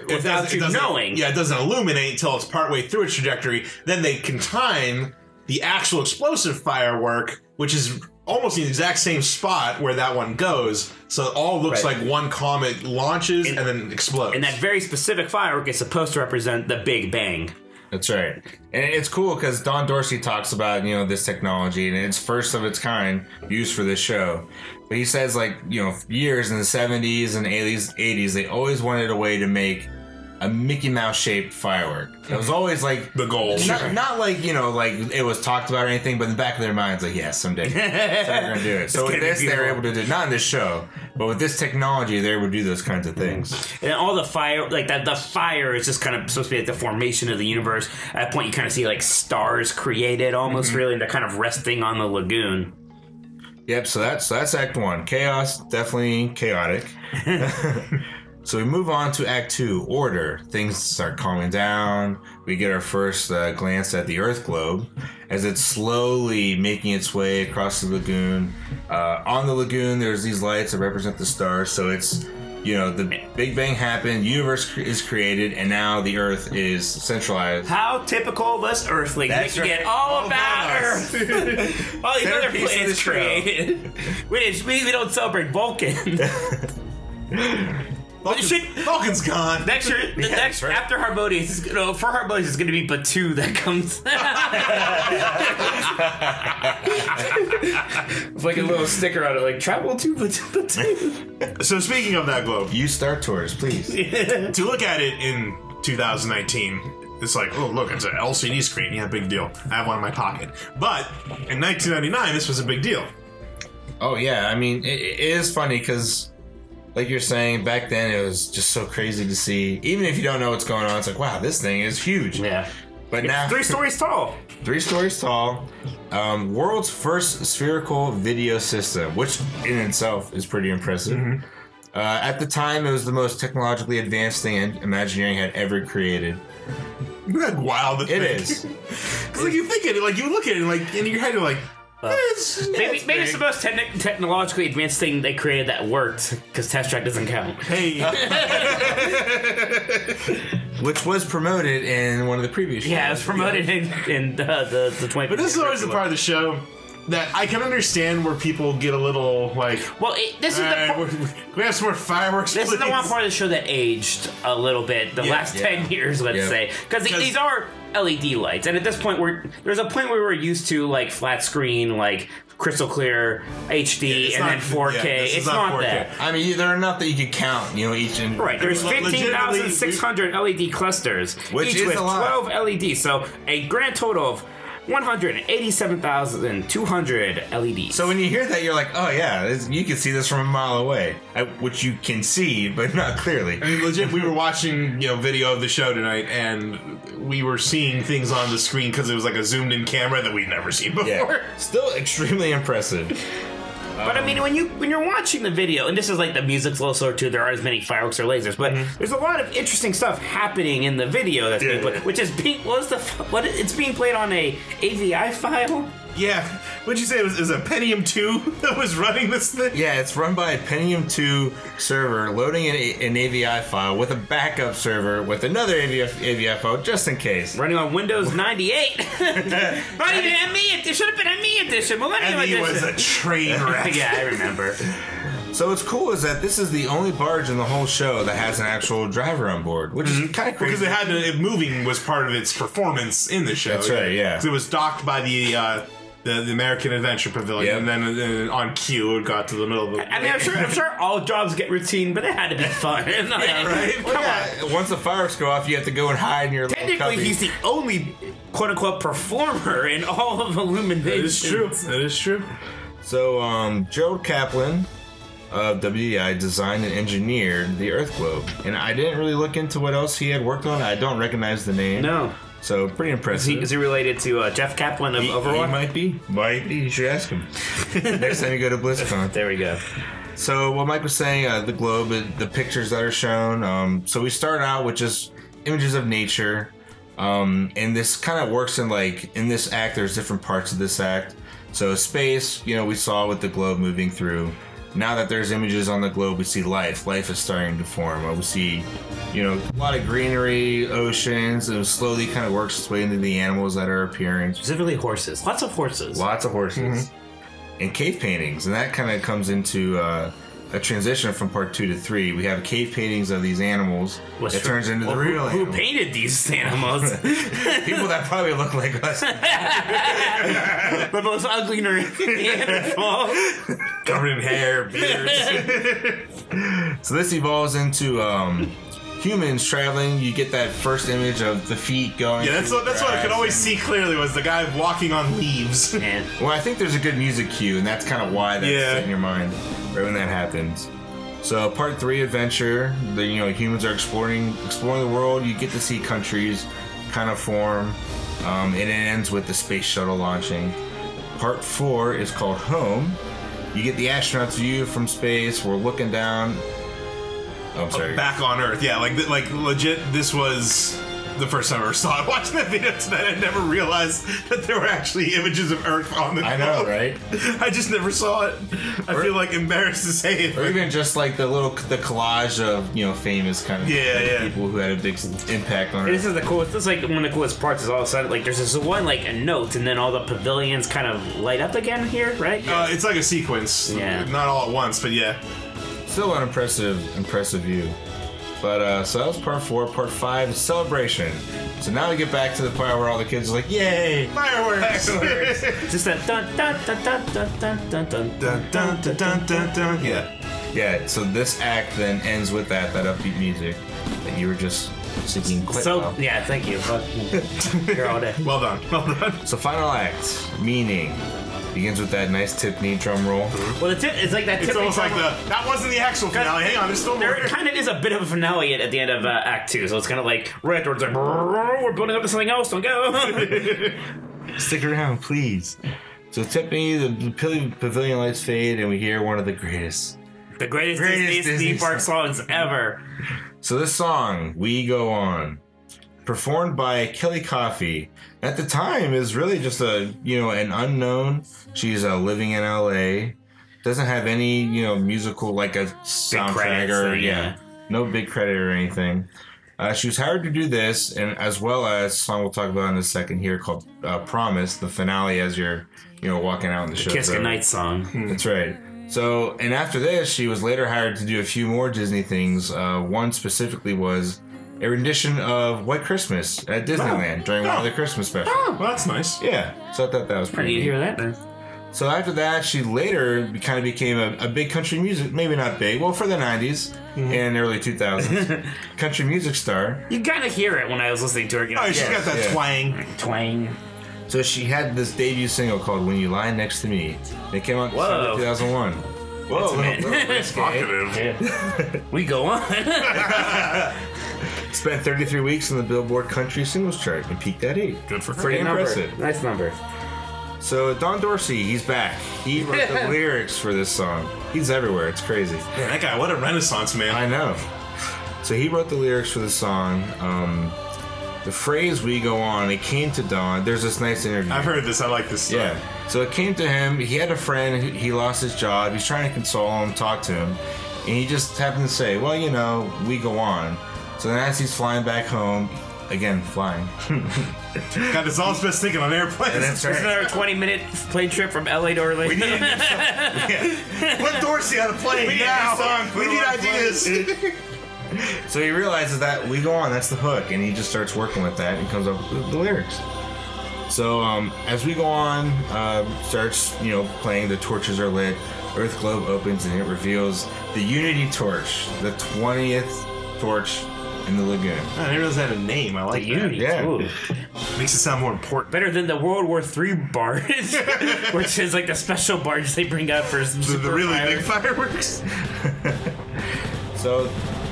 D: without
F: doesn't- it
D: you
F: doesn't-
D: knowing.
F: Yeah, it doesn't illuminate until it's partway through its trajectory. Then they can time the actual explosive firework, which is almost in the exact same spot where that one goes. So it all looks
D: Right.
F: like one comet launches and,
D: And-
F: then explodes.
D: And that very specific firework is supposed to represent the Big Bang.
E: That's right. And it's cool because Don Dorsey talks about, you know, this technology and it's first of its kind used for this show. But he says, like, you know, years in the 70s and 80s, 80s, they always wanted a way to make a Mickey Mouse shaped firework. It was always like
F: the goal.
E: Not, not like you know, like it was talked about or anything, but in the back of their minds, like, yeah, someday they're gonna do it. So
D: gonna
E: with
D: be
E: this, they're
D: beautiful.
E: able to do not in this show, but with this technology, they're able to do those kinds of things.
D: And all the fire, like that, the fire is just kind of supposed to be like the formation of the universe. At that point, you kind of see like stars created almost
E: Mm-hmm.
D: really, and they're kind of resting on the lagoon.
E: Yep, so that's that's Act One. Chaos, definitely chaotic. so we move on to Act Two, order. Things start calming down. We get our first uh, glance at the Earth globe as it's slowly making its way across the lagoon. Uh, on the lagoon, there's these lights that represent the stars. So it's you know, the Big Bang happened, universe cre- is created, and now the Earth is centralized.
D: How typical of us Earthlings.
E: That's
D: They forget
E: right.
D: all,
E: All
D: about
E: about us.
D: Earth. all these other
E: Centerpiece of the
D: planets
E: show.
D: created. we, didn't- we, we don't celebrate Vulcan. But you
F: Vulcan's,
D: should-
F: Vulcan's gone.
D: next year, the
E: Yeah,
D: next
E: that's right.
D: after Harmonious, you know, for Harmonious, it's going to be Batu that comes. With like a little sticker on it, like travel to Batu. Batu.
F: So speaking of that globe,
E: You Star Tours, please.
F: to look at it in 2019, it's like, oh look, it's an LCD screen. Yeah, big deal. I have one in my pocket. But in 1999, this was a big deal.
E: oh yeah, I mean, it, it is funny because, like you're saying, back then it was just so crazy to see. Even if you don't know what's going on, it's like, wow, this thing is huge.
D: yeah.
E: But now,
D: It's three stories tall.
E: three stories tall, um, world's first spherical video system, which in itself is pretty impressive.
D: Mm-hmm.
E: Uh, at the time, it was the most technologically advanced thing Imagineering had ever created.
F: Isn't that wild? to
E: It
F: think?
E: is.
F: 'Cause, like you think it, like you look at it, like in your head, you're like, eh, it's, yeah,
D: Uh, Maybe,
F: it's
D: maybe it's the
F: big.
D: most techni- technologically advanced thing they created that worked because Test Track doesn't count.
F: Hey,
E: which was promoted in one of the previous shows.
D: Yeah, it was promoted in, in uh, the the twenty.
F: but this is always the part of the show that I can understand where people get a little like.
D: Well, it, this is the
F: "Alright,
D: part,
F: we- we have some more fireworks.
D: this is the
F: please."
D: one part of the show that aged a little bit the last
E: yeah.
D: ten years, let's
E: Yeah.
D: say, because
F: Because-
D: these are LED lights, and at this point, we're there's a point where we're used to like flat screen, like crystal clear HD,
F: It's
D: and
F: not-
D: then 4K.
F: yeah, this is
D: it's not,
F: 4K.
D: that.
E: I mean, there are enough that you could count, you know, each and
D: Right, there's
F: Le- legitimately-
D: 15,600 LED E clusters,
E: Which
D: each
E: is
D: with
E: a lot.
D: 12 LEDs, so a grand total of 187,200 LEDs.
E: So when you hear that, you're like, oh yeah, this, you can see this from a mile away, I, which you can see, but not clearly.
F: I mean, legit, we were watching you know video of the show tonight, and we were seeing things on the screen because it was like a zoomed in camera that we'd never seen before.
E: Yeah, still extremely impressive.
D: But I mean, when you when you're watching the video, and this is like the music's a little slower too. There aren't as many fireworks or lasers, but there's a lot of interesting stuff happening in the video that's being
F: Mm-hmm. Yeah.
D: played, which is being what's the f- what it's being played on a AVI file.
F: Yeah. Would you say it was, it was a Pentium 2 that was running this thing?
E: Yeah, it's run by a Pentium 2 server loading an, an AVI file with a backup server with another AVI, AVI file just in case.
D: Running on Windows 98. Not even ME edition. Should have been ME edition. Millennium
F: And he
D: edition.
F: was a train wreck.
D: yeah, I remember.
E: So what's cool is that this is the only barge in the whole show that has an actual driver on board, which is kind of
F: Mm-hmm. Because
E: crazy.
F: it had to, it, moving was part of its performance in the show.
E: That's right, yeah.
F: 'Cause It was docked by the uh, the, the American Adventure Pavilion,
E: Yep.
F: and then uh, on cue it got to the middle of the.
D: I mean, I'm sure I'm sure all jobs get routine, but it had to be fun. yeah,
F: right?
D: Come
E: Well, yeah, Once the fireworks go off, you have to go and hide in your little
D: Technically,
E: cubby.
D: he's the only "quote unquote" performer in all of Illumination.
F: That is true. That is true.
E: So, um, Gerald Kaplan of WEI designed and engineered the Earth Globe, and I didn't really look into what else he had worked on. I don't recognize the name.
D: No,
E: So pretty
D: is
E: impressive.
D: he, is he related to uh, Jeff Kaplan of
E: He-
D: Overwatch?
E: He might be. Might be. You should ask him. Next time you go to BlizzCon.
D: there we go.
E: So what Mike was saying, uh, the globe, uh, the pictures that are shown. Um, so we start out with just images of nature, um, and this kind of works in like in this act. There's different parts of this act. So space, you know, we saw with the globe moving through. Now that there's images on the globe, we see life. Life is starting to form. Uh, We see, you know, a lot of greenery, oceans. It slowly kind of works its way into the animals that are appearing
D: Specifically, horses. Lots of horses. Mm-hmm.
E: lots of horses and cave paintings and that kind of comes into uh, a transition from part two to three we have cave paintings of these animals
D: What's
E: that
D: true-
E: turns into
D: Well,
E: the
D: who-
E: real
D: Who,
E: animals.
D: painted these animals?
E: people that probably look like us
D: the most ugly Neanderthal.
F: Covered in hair, beards.
E: so this evolves into um, humans traveling you get that first image of the feet going
F: yeah, that's
E: through
F: what that's what I could
E: grass.
F: always see clearly was the guy walking on leaves.
D: Man,
E: Well, I think there's a good music cue, and that's kind of why that's
F: Yeah.
E: set in your mind right when that happens. So, part three adventure. The you know humans are exploring exploring the world. You get to see countries kind of form, um, and it ends with the space shuttle launching. Part four is called Home. You get the astronauts' view from space. We're looking down. Oh, I'm sorry.
F: back on Earth. Yeah, like like legit. This was the first time I ever saw it. Watching that video tonight, I never realized that there were actually images of Earth on the
E: I know,
F: globe.
E: right?
F: I just never saw it. I feel like embarrassed to say it.
E: Or even just like the little the collage of you know famous kind of
F: Yeah, yeah.
E: people who had a big s- impact on
D: This
E: Earth.
D: is the coolest. This is like one of the coolest parts is all of a sudden like there's this one like a note and then all the pavilions kind of light up again here, right?
F: Uh, it's like a sequence.
D: Yeah.
F: Not all at once, but yeah.
E: Still an impressive impressive view. But uh, so that was part four. Part five is celebration. So now we get back to the part where all the kids are like, "Yay!"
F: Fireworks!
D: It's just that dun dun dun dun dun dun dun
F: dun, dun, dun, dun, dun, dun. Yeah.
E: Yeah. So this act then ends with that that upbeat music that you were just singing. quite
D: So
E: well.
D: yeah, thank you. Fuck. Here all day.
F: Well done. Well done.
E: So final act, meaning, begins with that nice Tiffany drum roll.
D: Well, the tip it's like that.
F: It's
D: tipping
F: almost like
D: point-
F: the that wasn't the actual finale. Hang on, there's still more.
D: There kind of is a bit of a finale at, at the end of uh, Act Two, so it's kind of like right afterwards, like "Brrr, we're building up to something else. Don't go.
E: Stick around, please. So Tiffany, the the pil- pavilion lights fade, and we hear one of the greatest.
D: the greatest,
E: Greatest
D: Disney,
E: Disney
D: theme park songs ever.
E: So this song, "We Go On," performed by Kelly Coffey, at the time is really just a you know an unknown. She's uh, living in L.A. Doesn't have any you know musical like a soundtrack
D: credits,
E: or
D: uh,
E: yeah.
D: yeah.
E: no big credit or anything. Uh, she was hired to do this, and as well as a song we'll talk about in a second here called uh, "Promise," the finale as you're you know walking out in the, show.
D: Kiss Goodnight
F: Hmm.
D: song.
E: That's right. So, and after this, she was later hired to do a few more Disney things. Uh, one specifically was a rendition of White Christmas at Disneyland during one of the Christmas specials.
F: Well, that's nice.
E: Yeah, so I thought that was
D: Pretty
E: pretty
D: you
E: neat.
D: hear that? Then.
E: So after that, she later kind of became a, a big country music, maybe not big, well, for the 90s and early 2000s, country music star.
D: You kind of hear it when I was listening to her. You know,
F: Oh, she's got that
E: yeah.
F: twang.
D: twang.
E: So she had this debut single called "When You Lie Next to Me." It came out in
D: Whoa.
E: December 2001. Whoa,
D: a man.
E: little- little risky, eh?
D: We go on.
E: Spent 33 weeks in the Billboard Country Singles Chart and peaked at eight.
F: Good for her.
E: Pretty
D: Number.
E: impressive.
D: Nice number.
E: So Don Dorsey, he's back. He wrote the lyrics for this song. He's everywhere. It's crazy.
F: Man, that guy, what a renaissance man.
E: I know. So he wrote the lyrics for the song. Um, the phrase "We go on" it came to Don. There's this nice interview.
F: I've heard this. I like this. song.
E: Yeah. So it came to him. He had a friend. who- He lost his job. He's trying to console him, talk to him, and he just happened to say, "Well, you know, we go on." So then, as he's flying back home, again flying,
F: God, that's all it's best thinking on airplanes.
E: that's
D: There's another 20 minute plane trip from LA to Orlando.
F: We need a new song. Yeah. Put Dorsey on a plane
E: We need a
F: now.
E: new song. Put
F: we
E: him
F: need
E: on a plane.
F: ideas.
E: So he realizes that we go on, that's the hook, and he just starts working with that and comes up with the lyrics. So um, as we go on, uh, starts you know playing. The torches are lit. Earth globe opens and it reveals the Unity torch, the twentieth torch in the lagoon.
F: I didn't realize that had a name. I like that.
D: Unity.
E: Yeah.
D: Ooh.
F: Makes it sound more important.
D: Better than the World War III barge, which is like the special barge they bring out for some
F: The,
D: super
F: the really
D: fire.
F: big fireworks.
E: So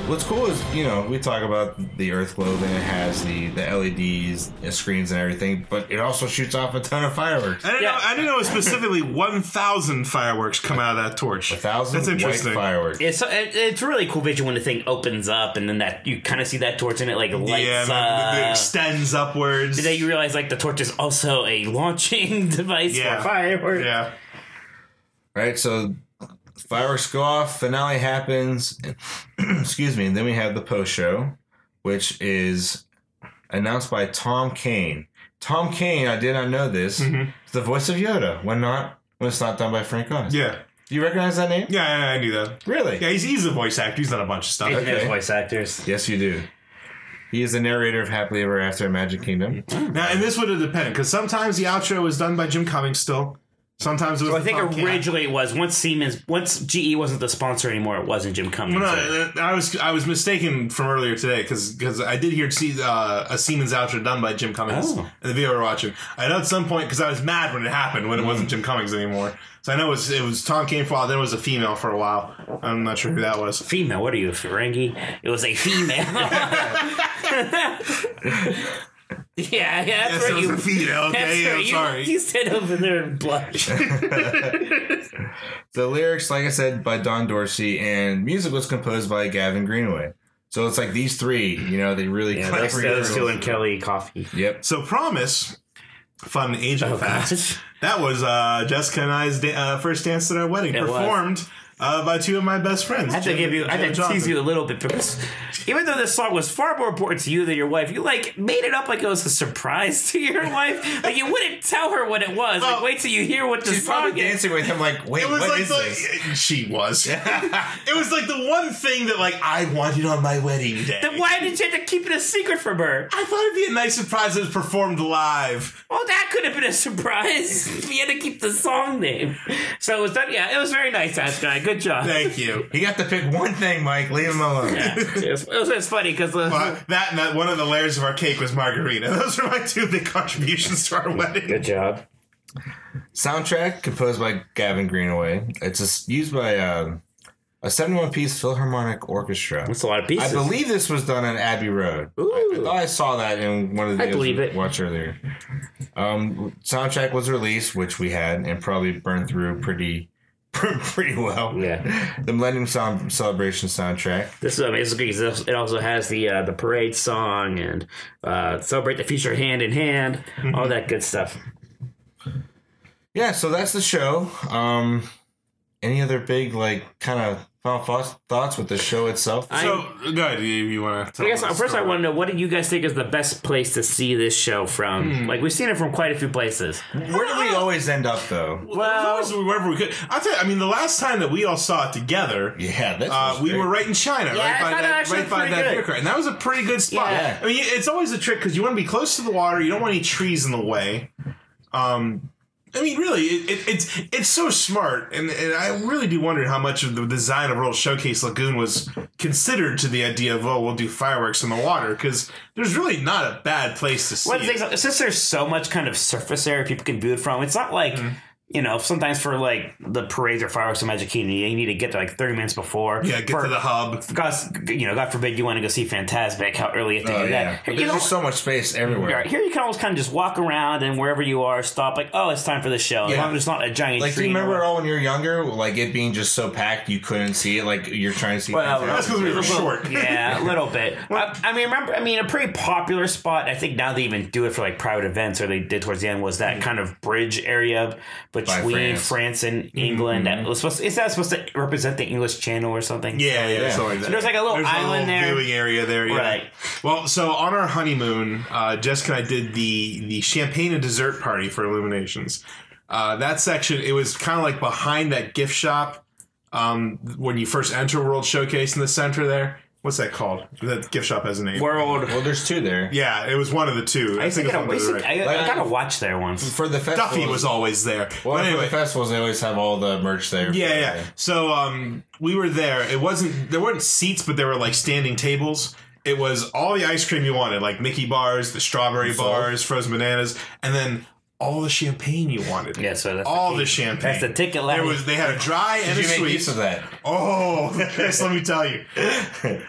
E: what's cool is you know we talk about the Earth globe and it has the the LEDs, and screens, and everything, but it also shoots off a ton of fireworks.
F: I didn't
D: Yeah.
F: know. I didn't know it was specifically one thousand fireworks come out of that torch.
E: A thousand
F: That's interesting.
E: white fireworks.
D: It's it, it's a really cool vision when the thing opens up and then that you kind of see that torch and it like lights uh,
F: Yeah, and then it
D: up.
F: extends upwards.
D: then you realize like the torch is also a launching device
F: Yeah.
D: for fireworks.
F: yeah.
E: right? So fireworks go off, finale happens. Excuse me. And then we have the post show, which is announced by Tom Kane. Tom Kane, I did not know this,
F: Mm-hmm.
E: is the voice of Yoda when not when it's not done by Frank Oz.
F: Yeah.
E: Do you recognize that name?
F: Yeah, I, I knew that.
E: Really?
F: Yeah, he's, he's a voice actor. He's done a bunch of stuff.
D: Asian
E: Okay.
D: voice actors.
E: Yes, you do. He is the narrator of Happily Ever After and Magic Kingdom.
F: Now, and this would have depended because sometimes the outro was done by Jim Cummings still. Sometimes it was.
D: Well, I think
F: Tom King.
D: originally it was once Siemens, once GE wasn't the sponsor anymore, it wasn't Jim Cummings.
F: Well, no,
D: So-
F: uh, I was I was mistaken from earlier today because I did hear see, uh, a Siemens outro done by Jim Cummings
D: Oh.
F: in the video we were watching. I know at some point because I was mad when it happened when it
D: Mm.
F: wasn't Jim Cummings anymore. So I know it was, it was Tom Kane for a while. Then it was a female for a while. I'm not sure who that was.
D: female. What are you, a Ferengi? It was a female. yeah, yeah, that's
F: Yes,
D: right.
F: it was
D: you,
F: a female.
D: that's
F: Okay,
D: right.
F: I'm
D: you,
F: sorry.
D: You sit over there and blush.
E: The lyrics, like I said, by Don Dorsey, and music was composed by Gavin Greenaway. So it's like these three, you know, they really
D: Yeah,
E: collaborate
D: those, those two
E: really-
D: and Kelly Coffee.
E: Yep.
F: So promise, fun agent
D: Oh,
F: fact.
D: gosh.
F: That was uh, Jessica and I's da- uh, first dance at our wedding,
D: It was.
F: performed uh, by two of my best friends.
D: I have to
F: Jim-
D: give you, I
F: Jim
D: have to
F: Johnson.
D: tease you a little bit because even though this song was far more important to you than your wife, you like made it up like it was a surprise to your wife. Like you wouldn't tell her what it was.
F: Well,
D: like wait till you hear what the
E: She's
D: song
E: probably
D: is.
E: dancing with him like, wait,
F: It was
E: what
F: like
E: is this?
F: the, she was. it was like the one thing that like I wanted on my wedding day.
D: Then why did you have to keep it a secret from her?
F: I thought it'd be a nice surprise. It was performed live.
D: Well, that could have been a surprise. We had to keep the song name. So it was done. Yeah, it was very nice, that guy. Good job.
F: Thank you.
E: He got to pick one thing, Mike. Leave him alone.
D: Yeah, it was, it was, it was funny uh, because
F: Well, that and that one of the layers of our cake was margarita. Those are my two big contributions to our wedding.
D: job.
E: Soundtrack composed by Gavin Greenaway. It's just used by um, a 71 piece Philharmonic Orchestra.
D: That's a lot of pieces.
E: I believe this was done on Abbey Road. I, I
D: Ooh.
E: thought I saw that in one of the
D: I
E: videos
D: believe
E: we
D: it.
E: watched earlier. Um, soundtrack was released, which we had, and probably burned through pretty pretty well.
D: Yeah.
E: The Millennium Sound Celebration soundtrack.
D: This is I mean, this is great 'cause it also has the uh, the parade song and uh, celebrate the future hand in hand, all that good stuff.
E: Yeah, so that's the show. Um, any other big like kind of final thoughts, thoughts with the show itself?
D: I-
F: So go ahead. You, you want to?
D: I guess uh, first I want to know what do you guys think is the best place to see this show from? Like we've seen it from quite a few places.
E: Where do we always end up though?
D: Well-
F: Well, as long as wherever we could. I'll tell you. I mean, the last time that we all saw it together,
E: Yeah, that's
F: uh, we were right in China,
D: Yeah, I
F: right by
D: thought it
F: that,
D: actually
F: right by
D: pretty
F: that
D: good.
F: beer cart, and that was a pretty good spot.
D: Yeah.
F: I mean, it's always a trick because you want to be close to the water. You don't want any trees in the way. Um, I mean, really, it, it, it's it's so smart, and, and I really do wonder how much of the design of World Showcase Lagoon was considered to the idea of oh, we'll do fireworks in the water because there's really not a bad place to see.
D: Well, the
F: it.
D: thing is, since there's so much kind of surface area people can do it from, it's not like you know sometimes for like the parades or fireworks in Magic Kingdom, you need to get there like 30 minutes before.
F: yeah, get
D: For-
F: to the hub.
D: God, you know, God forbid you want to go see Fantasmic. How early you have to
E: Oh,
D: do
E: yeah.
D: that?
E: But
D: You
E: there's
D: know-
E: just so much space everywhere.
D: All right, here you can always kind of just walk around and wherever you are, stop. Like, oh, it's time for the show. As
E: Yeah.
D: long as it's not a giant.
E: Like, do
D: tree
E: you remember
D: or-
E: at all when you were younger, like it being just so packed you couldn't see it? Like you're trying to see.
D: Well,
E: things
F: That's
E: out.
F: because we were short.
D: yeah, a little bit. I, I mean, remember? I mean, a pretty popular spot. I think now they even do it for like private events, or they did towards the end. Was
E: Mm-hmm.
D: that kind of bridge area between
E: France.
D: France. and
E: Mm-hmm.
D: England? That was supposed. Is that supposed to represent the English Channel or something?
F: Yeah, yeah,
E: Yeah.
F: something like that.
D: So there's like a little island there.
F: viewing area there, yeah.
D: Right.
F: Well, so on our honeymoon, uh, Jessica and I did the the champagne and dessert party for Illuminations. Uh, that section, it was kind of like behind that gift shop um, when you first enter World Showcase in the center there. What's that called? That gift shop has a name.
D: World.
E: Well, there's two there.
F: yeah, it was one of the two.
D: I used to
F: it
D: get
F: was
D: a,
F: one
D: I,
F: of
D: used
F: the
D: to,
F: right-
D: I, I got a watch there once.
E: For the festivals,
F: Duffy was always there.
E: Well, for
F: but anyway,
E: the festivals, they always have all the merch there.
F: Yeah, yeah. So um, we were there. It wasn't there weren't seats, but there were like standing tables. It was all the ice cream you wanted, like Mickey bars, the strawberry bars, frozen bananas, and then all the champagne you wanted.
D: Yeah, so that's the
F: all
D: key.
F: the, champagne.
D: That's the ticket
F: There
D: line.
F: was they had a dry and
E: Did you
F: a
E: make
F: sweet.
E: use of that?
F: Oh, yes, let me tell you,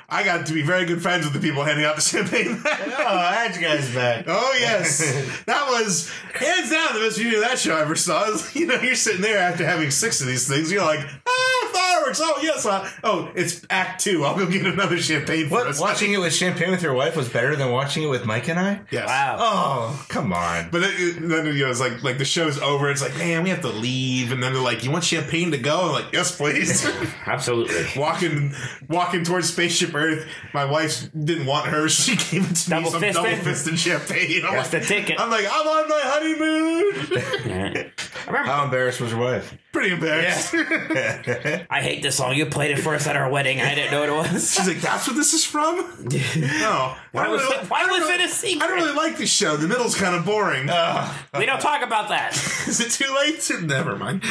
F: I got to be very good friends with the people handing out the champagne.
E: Oh, I had you guys back.
F: Oh yes, that was hands down the best video of that show I ever saw. You know, you're sitting there after having six of these things, you're like, ah, fireworks. Oh yes, uh, oh it's Act Two. I'll go get another champagne for
E: What,
F: us.
E: watching it with champagne with your wife was better than watching it with Mike and I.
F: Yes.
D: Wow.
E: Oh, come on.
F: But then, then you know, it's like like the show's over. It's like, man, we have to leave. And then they're like, you want champagne to go? I'm like, yes, please.
D: Absolutely.
F: walking walking towards spaceship Earth. My wife didn't want hers. She gave it to
D: Double
F: me some
D: fisted.
F: double fisted champagne. I'm
D: That's
F: like,
D: the ticket.
F: I'm like, I'm on my honeymoon.
D: Yeah. I remember
F: Uh,
E: How embarrassed was your wife?
F: Pretty embarrassed.
D: I hate this song. You played it for us at our wedding. I didn't know what it was.
F: She's like, that's what this is from? Oh, no.
D: Why was it- why was it a secret?
F: I don't really like this show. The middle's kind of boring.
D: We don't talk about that.
F: is it too late? to- Never mind.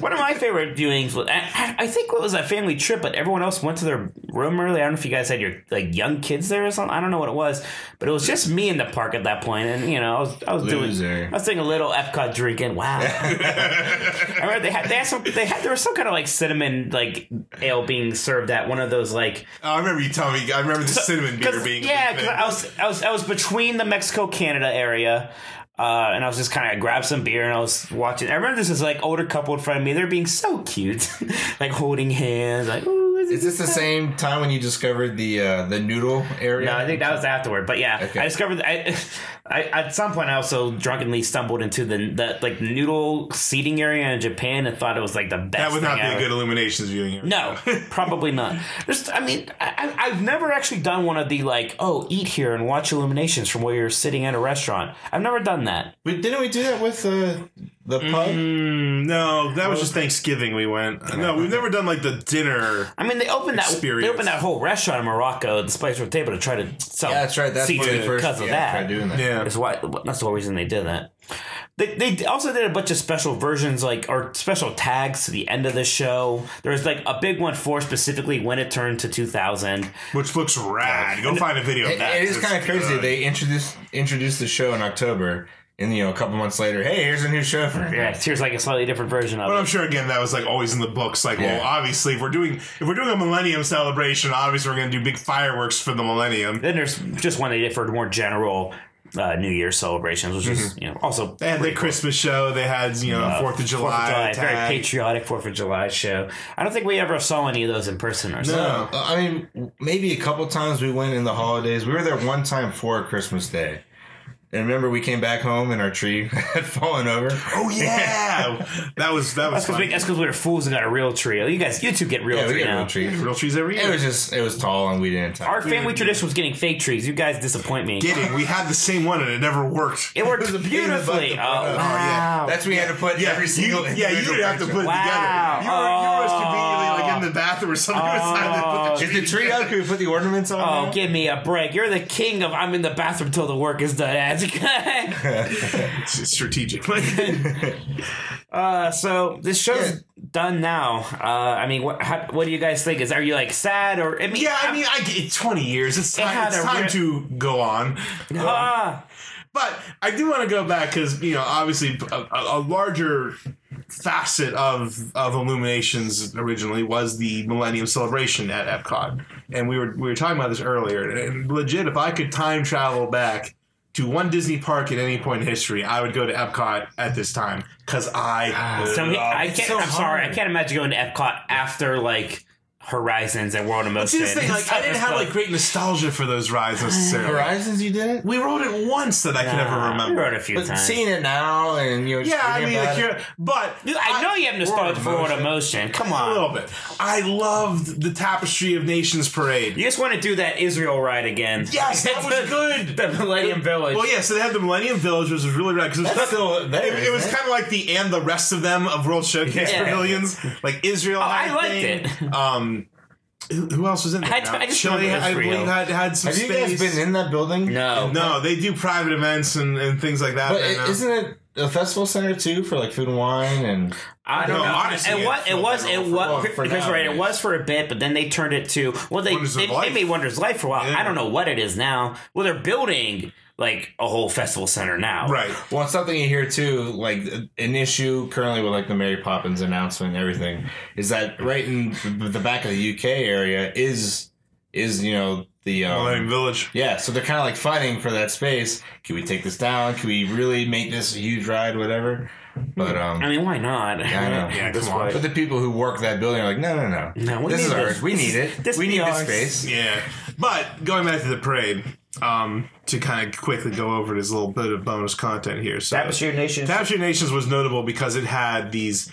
D: One of my favorite viewings was I, I think what was a family trip, but everyone else went to their room early. I don't know if you guys had your like young kids there or something. I don't know what it was, but it was just me in the park at that point, and you know I was I was
E: Loser.
D: doing I was doing a little Epcot drinking. Wow, I remember they had they had some they had there was some kind of like cinnamon like ale being served at one of those like
F: Oh, I remember you telling me. I remember the cinnamon beer
D: 'Cause-
F: being. a
D: yeah,
F: big
D: because
F: thing.
D: I was I was I was between the Mexico Canada area. Uh, and I was just kind of grabbed some beer and I was watching. I remember this is like older couple in front of me. They're being so cute, like holding hands, like ooh, is
E: Is this the same time when you discovered the uh, the noodle area?
D: No, I think that was afterward. But yeah,
E: Okay.
D: I discovered. I, I at some point I also drunkenly stumbled into the, the like noodle seating area in Japan and thought it was like the best.
F: That would not
D: thing
F: be a
D: ever.
F: good Illuminations viewing. area.
D: No, probably not. Just, I mean, I, I- I've never actually done one of the like, oh, eat here and watch Illuminations from where you're sitting at a restaurant. I've never done that.
E: We, didn't we do that with uh, the pub?
D: Mm-hmm.
F: no, that was just Thanksgiving. We went. No, we've never done like the dinner.
D: I mean, they opened that
F: Experience.
D: they opened that whole restaurant in Morocco, the place where they able to try to sell
E: Yeah, that's right. That's when
D: seafood
E: we first
D: because of
E: yeah,
D: that.
E: tried doing that.
F: Yeah,
D: That's why. That's the whole reason they did that. They, they also did a bunch of special versions, like or special tags to the end of the show. There was like a big one for specifically when it turned to 2000.
F: which looks rad. Go find a video of
E: It-
F: that.
E: it is
F: It's
E: kind of crazy.
F: good.
E: They introduced introduced the show in October, and you know, a couple months later, hey, here's a new show for you.
D: Yeah, here's like a slightly different version of
F: But I'm
D: it.
F: sure again that was like always in the books. Like, well,
E: Yeah.
F: obviously if we're doing if we're doing a millennium celebration, obviously we're gonna do big fireworks for the millennium.
D: Then there's just one they did for more general uh, New Year's celebrations, which is
E: Mm-hmm.
D: you know also
F: They had the Christmas show. They had you know Fourth of July.
D: very
F: tag.
D: patriotic Fourth of July show. I don't think we ever saw any of those in person or something.
F: Oh.
E: No, Uh, I mean, maybe a couple times we went in the holidays. We were there one time for Christmas Day. And remember, we came back home and our tree had fallen over.
F: Oh yeah, that was that
D: That's
F: was
D: because we,
F: fun.
D: that's 'cause we were fools and got a real tree. You guys, you two get real
E: Yeah, we
D: tree
E: got
D: now.
E: real trees.
F: Real trees every
E: It
F: year.
E: was just, it was tall and we didn't touch.
D: Our
E: it.
D: family tradition was getting fake trees. You guys disappoint me.
F: Kidding. We had the same one and it never worked.
D: It worked
E: was a pain in the butt
D: beautifully.
E: to
D: Oh,
E: put up.
D: wow.
E: That's we had to put
F: Yeah,
E: every single.
F: you, yeah, you
E: individual
F: didn't have to
E: picture.
F: put it
D: Wow.
F: together. You were, you were
D: Oh.
F: conveniently like in the bathroom or something. Oh.
E: Is the tree up? Can we put the ornaments on?
D: Oh,
E: now?
D: give me a break. You're the king of I'm in the bathroom till the work is done. That's good.
F: It's strategic. Like,
D: uh, so this show's done now. Uh, I mean, what how, what do you guys think? Is are you like sad or I mean,
F: yeah, I mean, I get it. Twenty years. It's
D: It
F: time.
D: had
F: It's
D: a
F: time
D: rip-
F: to go on.
D: ah,
F: But I do want to go back because you know, obviously, a, a a larger facet of of Illuminations originally was the Millennium Celebration at Epcot, and we were we were talking about this earlier. And legit, if I could time travel back to one Disney park at any point in history, I would go to Epcot at this time because I
D: so he-
F: love
D: I
F: it
D: can't.
F: so
D: I'm sorry, I
F: hard.
D: can't imagine going to Epcot after like Horizons and World of Motion.
F: See this thing, like I didn't have like great nostalgia for those rides necessarily.
E: Horizons, you did it.
F: We rode it once that I can ever
D: We
F: remember.
D: wrote a few
E: But
D: times.
E: seeing it now and you know, just
F: Yeah, I
E: reading
F: mean,
E: about
F: like
E: it-
F: you're, but
D: Dude, I know you have nostalgia for World of Motion. Come
F: A little
D: on.
F: bit. I loved the Tapestry of Nations parade.
D: You just want to do that Israel ride again.
F: Yes, that was good.
D: The Millennium Village.
F: Well, yeah, so they had the Millennium Village, which was really rad because it was,
E: That's still there,
F: it, it was
E: isn't it?
F: kind of like the and the rest of them of World Showcase
D: Yeah.
F: pavilions, like Israel.
D: Oh, I
F: had a
D: liked
F: thing. Um, who, who else was in there?
D: I- I just
F: Chile,
D: remember
F: I
D: Israel.
F: believe, had, had some
E: Have you
F: space.
E: guys been in that building?
D: No.
F: No, they do private events and, and things like that.
E: But
F: right now.
E: i- isn't it a festival center too for like food and wine and?
D: I don't
F: No,
D: know.
F: honestly,
D: it,
F: it
D: was, it
F: felt
D: was,
F: like
D: it
F: it
D: was,
E: was for- for
D: because
E: now,
D: right,
E: yeah.
D: it was for a bit, but then they turned it to, well, they,
F: Wonders of
D: they, they
F: Life.
D: made Wonders of Life for a while.
F: Yeah.
D: I don't know what it is now. Well, they're building like a whole festival center now.
F: right.
E: Well, it's something you hear too, like an issue currently with like the Mary Poppins announcement and everything, is that right in the back of the UK area is is you know the
F: Millennium
E: um,
F: Village.
E: yeah, so they're kind of like fighting for that space. Can we take this down? Can we really make this a huge ride? Whatever. But
D: I
E: um,
D: mean, why not?
E: I know.
F: Yeah,
D: That's
F: come on.
D: why-
E: but the people who work that building are like, no, no, no,
D: No, we
E: this
D: need
E: is
D: this.
E: ours. We need it.
D: This
E: we
D: be
E: need this
D: ours."
E: space.
F: Yeah. But going back to the parade, um, to kind of quickly go over this little bit of bonus content here. So
D: Tapestry of Nations.
F: Tapestry of Nations was notable because it had these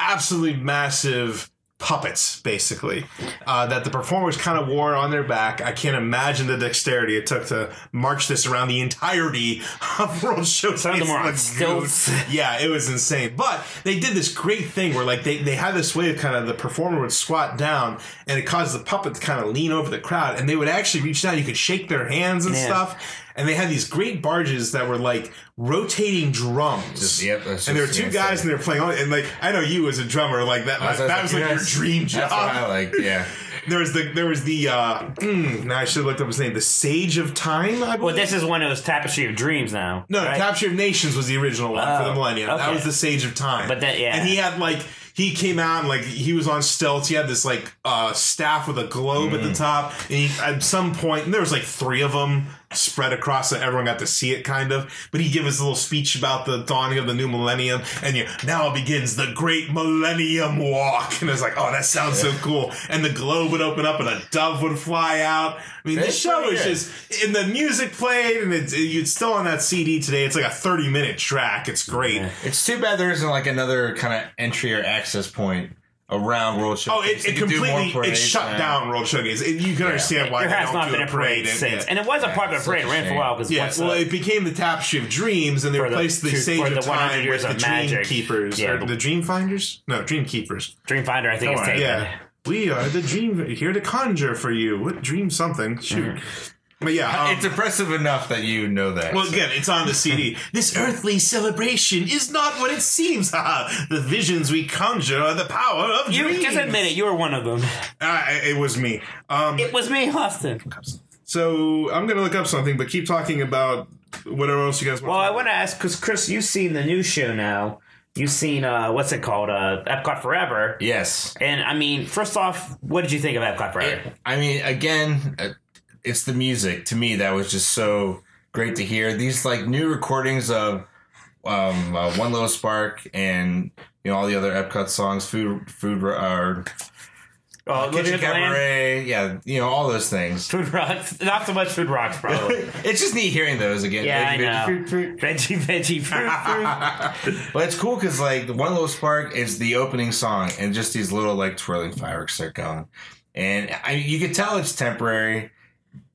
F: absolutely massive puppets, basically, uh, that the performers kind of wore on their back. I can't imagine the dexterity it took to march this around the entirety of World Showcase.
D: Some of them were on
F: Lagoon.
D: stilts.
F: Yeah, it was insane. But they did this great thing where, like, they, they had this way of kind of the performer would squat down and it caused the puppet to kind of lean over the crowd and they would actually reach down. You could shake their hands and
D: Yeah.
F: stuff. And they had these great barges that were like rotating drums.
E: Just- yep, that's
F: and there were
E: just
F: two
E: insane.
F: guys and they were playing on and like I know you as a drummer like that
E: I
F: that was like
E: yes,
F: your dream job.
E: That's what I like. Yeah.
F: There was the there was the uh mm, now I should have looked up his name, the Sage of Time, I believe.
D: Well, this is when it was Tapestry of Dreams now.
F: No,
D: right?
F: Capture of Nations was the original one for the
D: Oh,
F: Millennium. That
D: okay.
F: was the Sage of Time.
D: But that- yeah.
F: And he had like he came out and like he was on stilts. He had this
D: Mm.
F: like uh staff with a globe at the top. And he, at some point, and there was like three of them. spread across so everyone got to see it, kind of. But he gave his little speech about the dawning of the new millennium, and you, now begins the great millennium walk. And it's like, oh, that sounds so cool. And the globe would open up, and a dove would fly out. I mean, the
E: It's
F: show
E: pretty
F: is
E: good.
F: just, and the music played, and it's, it's still on that CD today. It's like a 30 minute track. It's great.
E: It's too bad there isn't like another kind of entry or access point around World Showcase.
F: Oh, it,
E: You
F: it
E: could do more
F: completely it
E: parades
F: shut
E: now.
F: down World Showcase. It, you can understand why
D: there
F: they
D: has
F: don't
D: not
F: do
D: been a parade,
F: in-
D: since,
F: yeah.
D: and it was a popular
E: such
D: parade.
E: a
D: It ran for a
E: shame.
D: while because
F: Yeah, well, it became the Tapestry of Dreams, and they
D: For the
F: replaced the,
D: two-
F: Sage
D: for
F: of
D: the 100
F: Time with
D: years
F: the
D: of magic.
F: Dreamkeepers,
D: Yeah.
F: or the Dreamfinders? No, Dreamkeepers.
D: Dreamfinder, I think, is taken.
F: Yeah, we are the dream here to conjure for you. What dream something? Shoot,
D: Mm-hmm.
F: but yeah, um,
E: it's impressive enough that you know that.
F: well, again, it's on the CD. this earthly celebration is not what it seems. Haha. the visions we conjure are the power of
D: You
F: dreams.
D: just admit it. You were one of them.
F: Uh, it was me. Um,
D: It was me, Austin.
F: So I'm gonna look up something, but keep talking about whatever else you guys want.
D: Well, Oh, I want to ask because Chris, you've seen the new show now. You've seen uh, what's it called? Uh, Epcot Forever.
E: yes.
D: And I mean, first off, what did you think of Epcot Forever?
E: I mean, again, uh, it's the music to me that was just so great to hear. These like new recordings of um, uh, One Little Spark and you know all the other Epcot songs, Food Food uh,
D: Oh,
E: Kitchen
D: Living Land?
E: Cabaret, yeah, you know all those things.
D: Food Rocks. Not so much Food Rocks, probably.
E: It's just neat hearing those again.
D: yeah, I
E: Veggie, veggie,
D: know.
E: fruit, fruit.
D: Veggie, veggie, fruit, fruit.
E: But it's cool because like the one little spark is the opening song, and just these little like twirling fireworks are going, and I, you could tell it's temporary,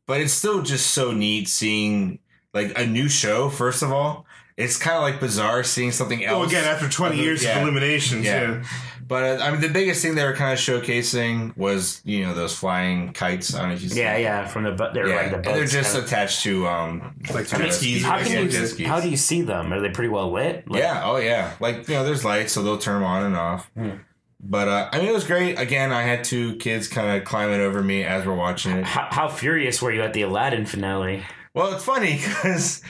E: but it's still just so neat seeing like a new show. First of all, it's kind of like bizarre seeing something else.
F: Well, Oh, again, after 20
E: Other-
F: years
E: yeah.
F: of eliminations, yeah.
E: Yeah. But uh, I mean, the biggest thing they were kind of showcasing was you know those flying kites. I don't know if you. see-
D: yeah, yeah. From the but they're
E: Yeah,
D: like the
E: and
D: boats.
E: they're just
D: kind
E: attached to um
F: Like
E: to
F: jet
E: the
F: skis.
E: skis.
D: of- how
E: Yeah,
D: can
E: jet
D: you
E: skis.
D: how do you see them? Are they pretty well lit? Like,
E: Yeah. Oh, yeah. Like you know, there's lights, so they'll turn 'em on and off. But uh, I mean, it was great. Again, I had two kids kind of climbing over me as we're watching it.
D: How, how furious were you at the Aladdin finale?
E: Well, it's funny because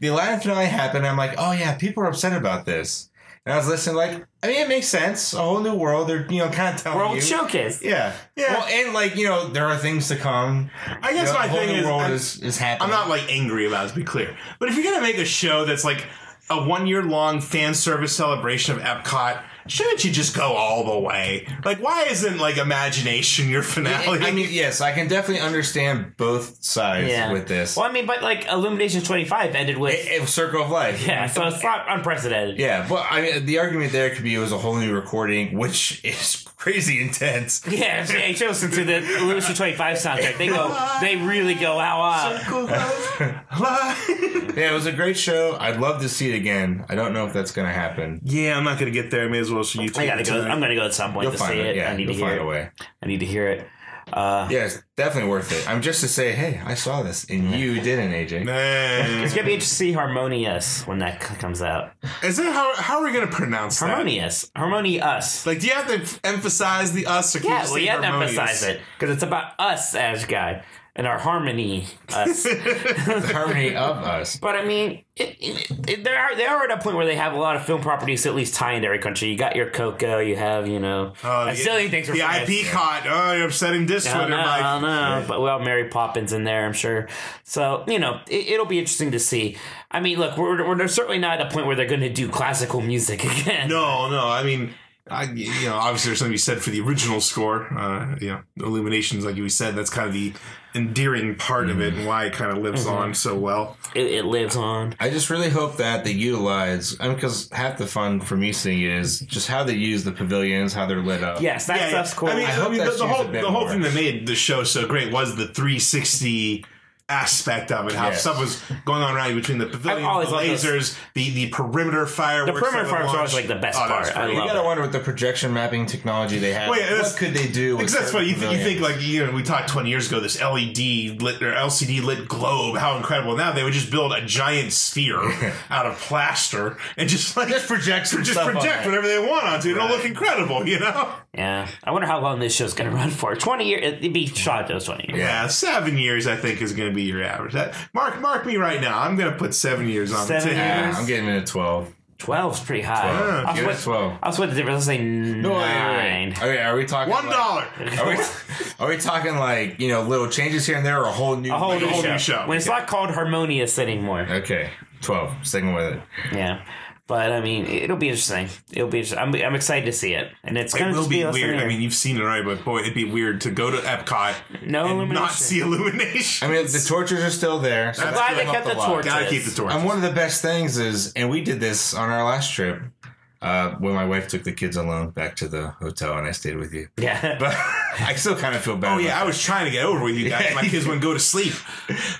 E: the Aladdin finale happened. I'm like, oh yeah, people are upset about this. And I was listening, like, I mean, it makes sense. A whole new world. They're you know kind of telling
D: World
E: you.
D: Showcase.
E: Yeah.
F: Yeah.
E: Well, and like you know, there are things to come.
F: I guess
E: You know,
F: my
E: a whole
F: thing
E: new
F: is,
E: world
F: I'm-
E: is is happening.
F: I'm not like angry about it, to be clear. But if you're gonna make a show that's like a one year long fan service celebration of Epcot, shouldn't you just go all the way? Like, why isn't like Imagination your finale?
E: I mean, yes, I can definitely understand both sides
D: Yeah.
E: with this.
D: Well, I mean, but like Illuminations 25 ended with.
E: It- it- circle of life.
D: yeah, so it's not unprecedented.
E: Yeah, but I mean, the argument there could be it was a whole new recording, which is crazy intense.
D: Yeah, if they chose to the Illumination 25 soundtrack. They go, they really go out. out.
E: Yeah, it was a great show. I'd love to see it again. I don't know if that's going to happen.
F: yeah, I'm not gonna get there. May as well show you.
D: I gotta go. I'm gonna go at some point
E: You'll
D: to
E: find
D: see
E: it.
D: it.
E: Yeah,
D: I need to
E: you'll
D: hear
E: find a
D: it.
E: way.
D: I need to hear it. Uh,
E: Yeah, it's definitely worth it. I'm just to say, hey, I saw this, and you didn't, AJ.
F: Nah.
D: It's gonna be interesting to see Harmonious when that c- comes out.
F: Is it how how are we gonna pronounce that?
D: Harmonious, Harmonious.
F: Like, do you have to emphasize the us? Or can you
D: yeah,
F: just
D: well,
F: say
D: you have to
F: harmonious?
D: emphasize it because it's about us as guy and our harmony us.
E: The harmony of us.
D: but I mean, it, it, it, there are they are at a point where they have a lot of film properties to at least tie into every country. You got your Coco, you have you know
F: Oh,
D: a
F: the-
D: zillion things. for
F: The
D: France.
F: IP caught. Oh, you're upsetting this
D: I don't
F: Twitter,
D: know,
F: Mike.
D: I don't know. But well, Mary Poppins in there, I'm sure. So you know, it, it'll be interesting to see. I mean, look, we're, we're certainly not at a point where they're going to do classical music again.
F: No, no. I mean, I, you know, obviously there's something to be said for the original score. Uh, you know, Illuminations, like you said, that's kind of the endearing part of
D: Mm-hmm.
F: it and why it kind of lives on so well.
D: it, it lives on.
E: I just really hope that they utilize, I mean, because half the fun for me seeing it is just how they use the pavilions, how they're lit up.
D: Yes, that stuff's cool.
F: I mean,
E: I
F: I
E: hope
F: mean, the,
E: that's
F: the whole
E: used a bit
F: the whole
E: more.
F: thing that made the show so great was the 360 aspect of it. How
E: Yes.
F: stuff was going on around you between the pavilion,
D: always
F: the
D: loved those.
F: lasers, the the perimeter fireworks.
D: perimeter
F: that were
D: fireworks are always,
F: launched. Oh,
D: like, the best
F: that was
D: part. I
F: great.
E: You
D: love
E: gotta
D: it.
E: wonder with the projection mapping technology they have.
F: Well, yeah, that's-
E: what could they do? with
F: Because that's what
E: certain
F: you think. You think
E: pavilions?
F: like you know we talked twenty years ago this LED lit or LCD lit globe. How incredible! Now they would just build a giant sphere out of plaster and just like
E: Just project some
F: just
E: stuff on
F: project
E: it.
F: whatever they want onto. it. It'll look incredible, you know.
D: yeah, I wonder how long this show's going to run for. Twenty years? It'd be shot those twenty years.
F: Yeah, seven years I think is going to be your average. That, mark mark me right now. I'm going to put seven years on
D: Seven
F: the
E: Yeah,
D: years?
F: table.
E: I'm getting it at 12.
D: Twelve's pretty high.
F: Twelve.
D: I was
E: Yeah,
D: with-
E: twelve.
D: I was with the difference. Let's say nine.
E: No, wait, wait, wait. Okay, are we talking
F: One
E: like-
F: dollar.
E: Are we, are we talking like you know little changes here and there, or a whole new?
D: A whole, new,
F: whole
D: show.
F: new show.
D: When it's not called harmonious anymore.
E: Okay, twelve. Sticking with it.
D: Yeah. But I mean, it'll be interesting. It'll be. Interesting. I'm, I'm excited to see it, and it's
F: It
D: gonna
F: will
D: just be,
F: be
D: less than
F: weird. I
D: a-
F: mean, you've seen it already, but boy, it'd be weird to go to Epcot
D: No
F: and
D: illumination.
F: not see
E: I
F: Illumination.
E: mean, the tortures are still there. So
F: That's
E: let's
F: why
E: give
F: they
E: them
D: kept
E: up
D: the
E: lot.
D: torch.
F: Gotta keep the torch.
E: And one of the best things is, and we did this on our last trip uh, when my wife took the kids alone back to the hotel, and I stayed with you.
D: yeah.
E: But I still kind of feel bad.
F: Oh yeah, I was trying to get over with you guys. My kids wouldn't go to sleep.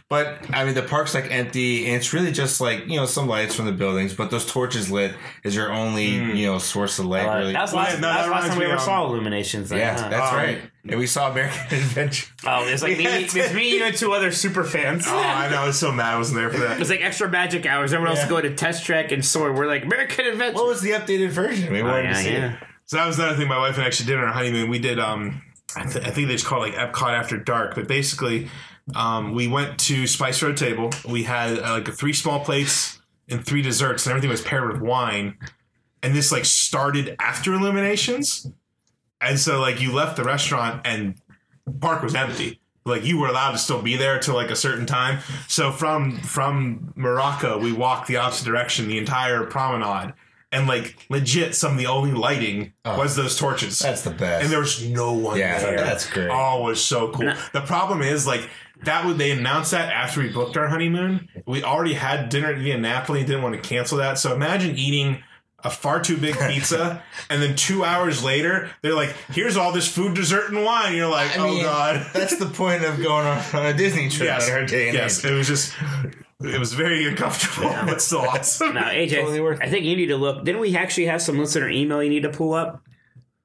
E: But I mean, the park's like empty, and it's really just like you know some lights from the buildings, but those torches lit is your only
D: Mm.
E: you know source of light.
D: Uh,
E: really,
D: that was
F: Well,
D: last,
F: no,
D: that
F: that
D: was last
F: reminds
D: time we
F: me,
D: ever
F: um,
D: saw Illuminations. Then,
E: yeah,
D: huh?
E: that's
F: Um,
E: right. And we saw American Adventure.
D: Oh, there's like me, there's me, you, and two other super fans.
F: Oh, I know. I was so mad I wasn't there for that.
D: It's like extra magic hours. Everyone
E: Yeah.
D: else go to Test Track and Soar. We're like American Adventure.
E: What was the updated version? We
D: Oh,
E: wanted to
D: yeah,
E: see. it.
D: yeah.
F: So that was another thing my wife and I actually did on our honeymoon. We did. Um, I, th- I think they just call it like Epcot After Dark, but basically, um, we went to Spice Road Table. We had uh, like three small plates and three desserts, and everything was paired with wine. And this like started after Illuminations, and so like you left the restaurant and park was empty. Like you were allowed to still be there till like a certain time. So from from Morocco, we walked the opposite direction the entire promenade, and like legit, some of the only lighting was those torches.
E: Oh. That's the best.
F: And there was no one
E: Yeah,
F: there.
E: that's great.
F: Oh, it was so cool. The problem is like that would they announced that after we booked our honeymoon. We already had dinner at Via Napoli and didn't want to cancel that. So imagine eating a far too big pizza and then two hours later they're like, here's all this food, dessert, and wine. And you're like,
E: I
F: oh
E: mean,
F: god.
E: That's the point of going on, on a Disney trip
F: yes.
E: on our day and
F: yes.
E: age.
F: It was just it was very uncomfortable, but still awesome.
D: No, AJ,
E: Totally worth it.
D: I think you need to look. Didn't we actually have some listener email you need to pull up?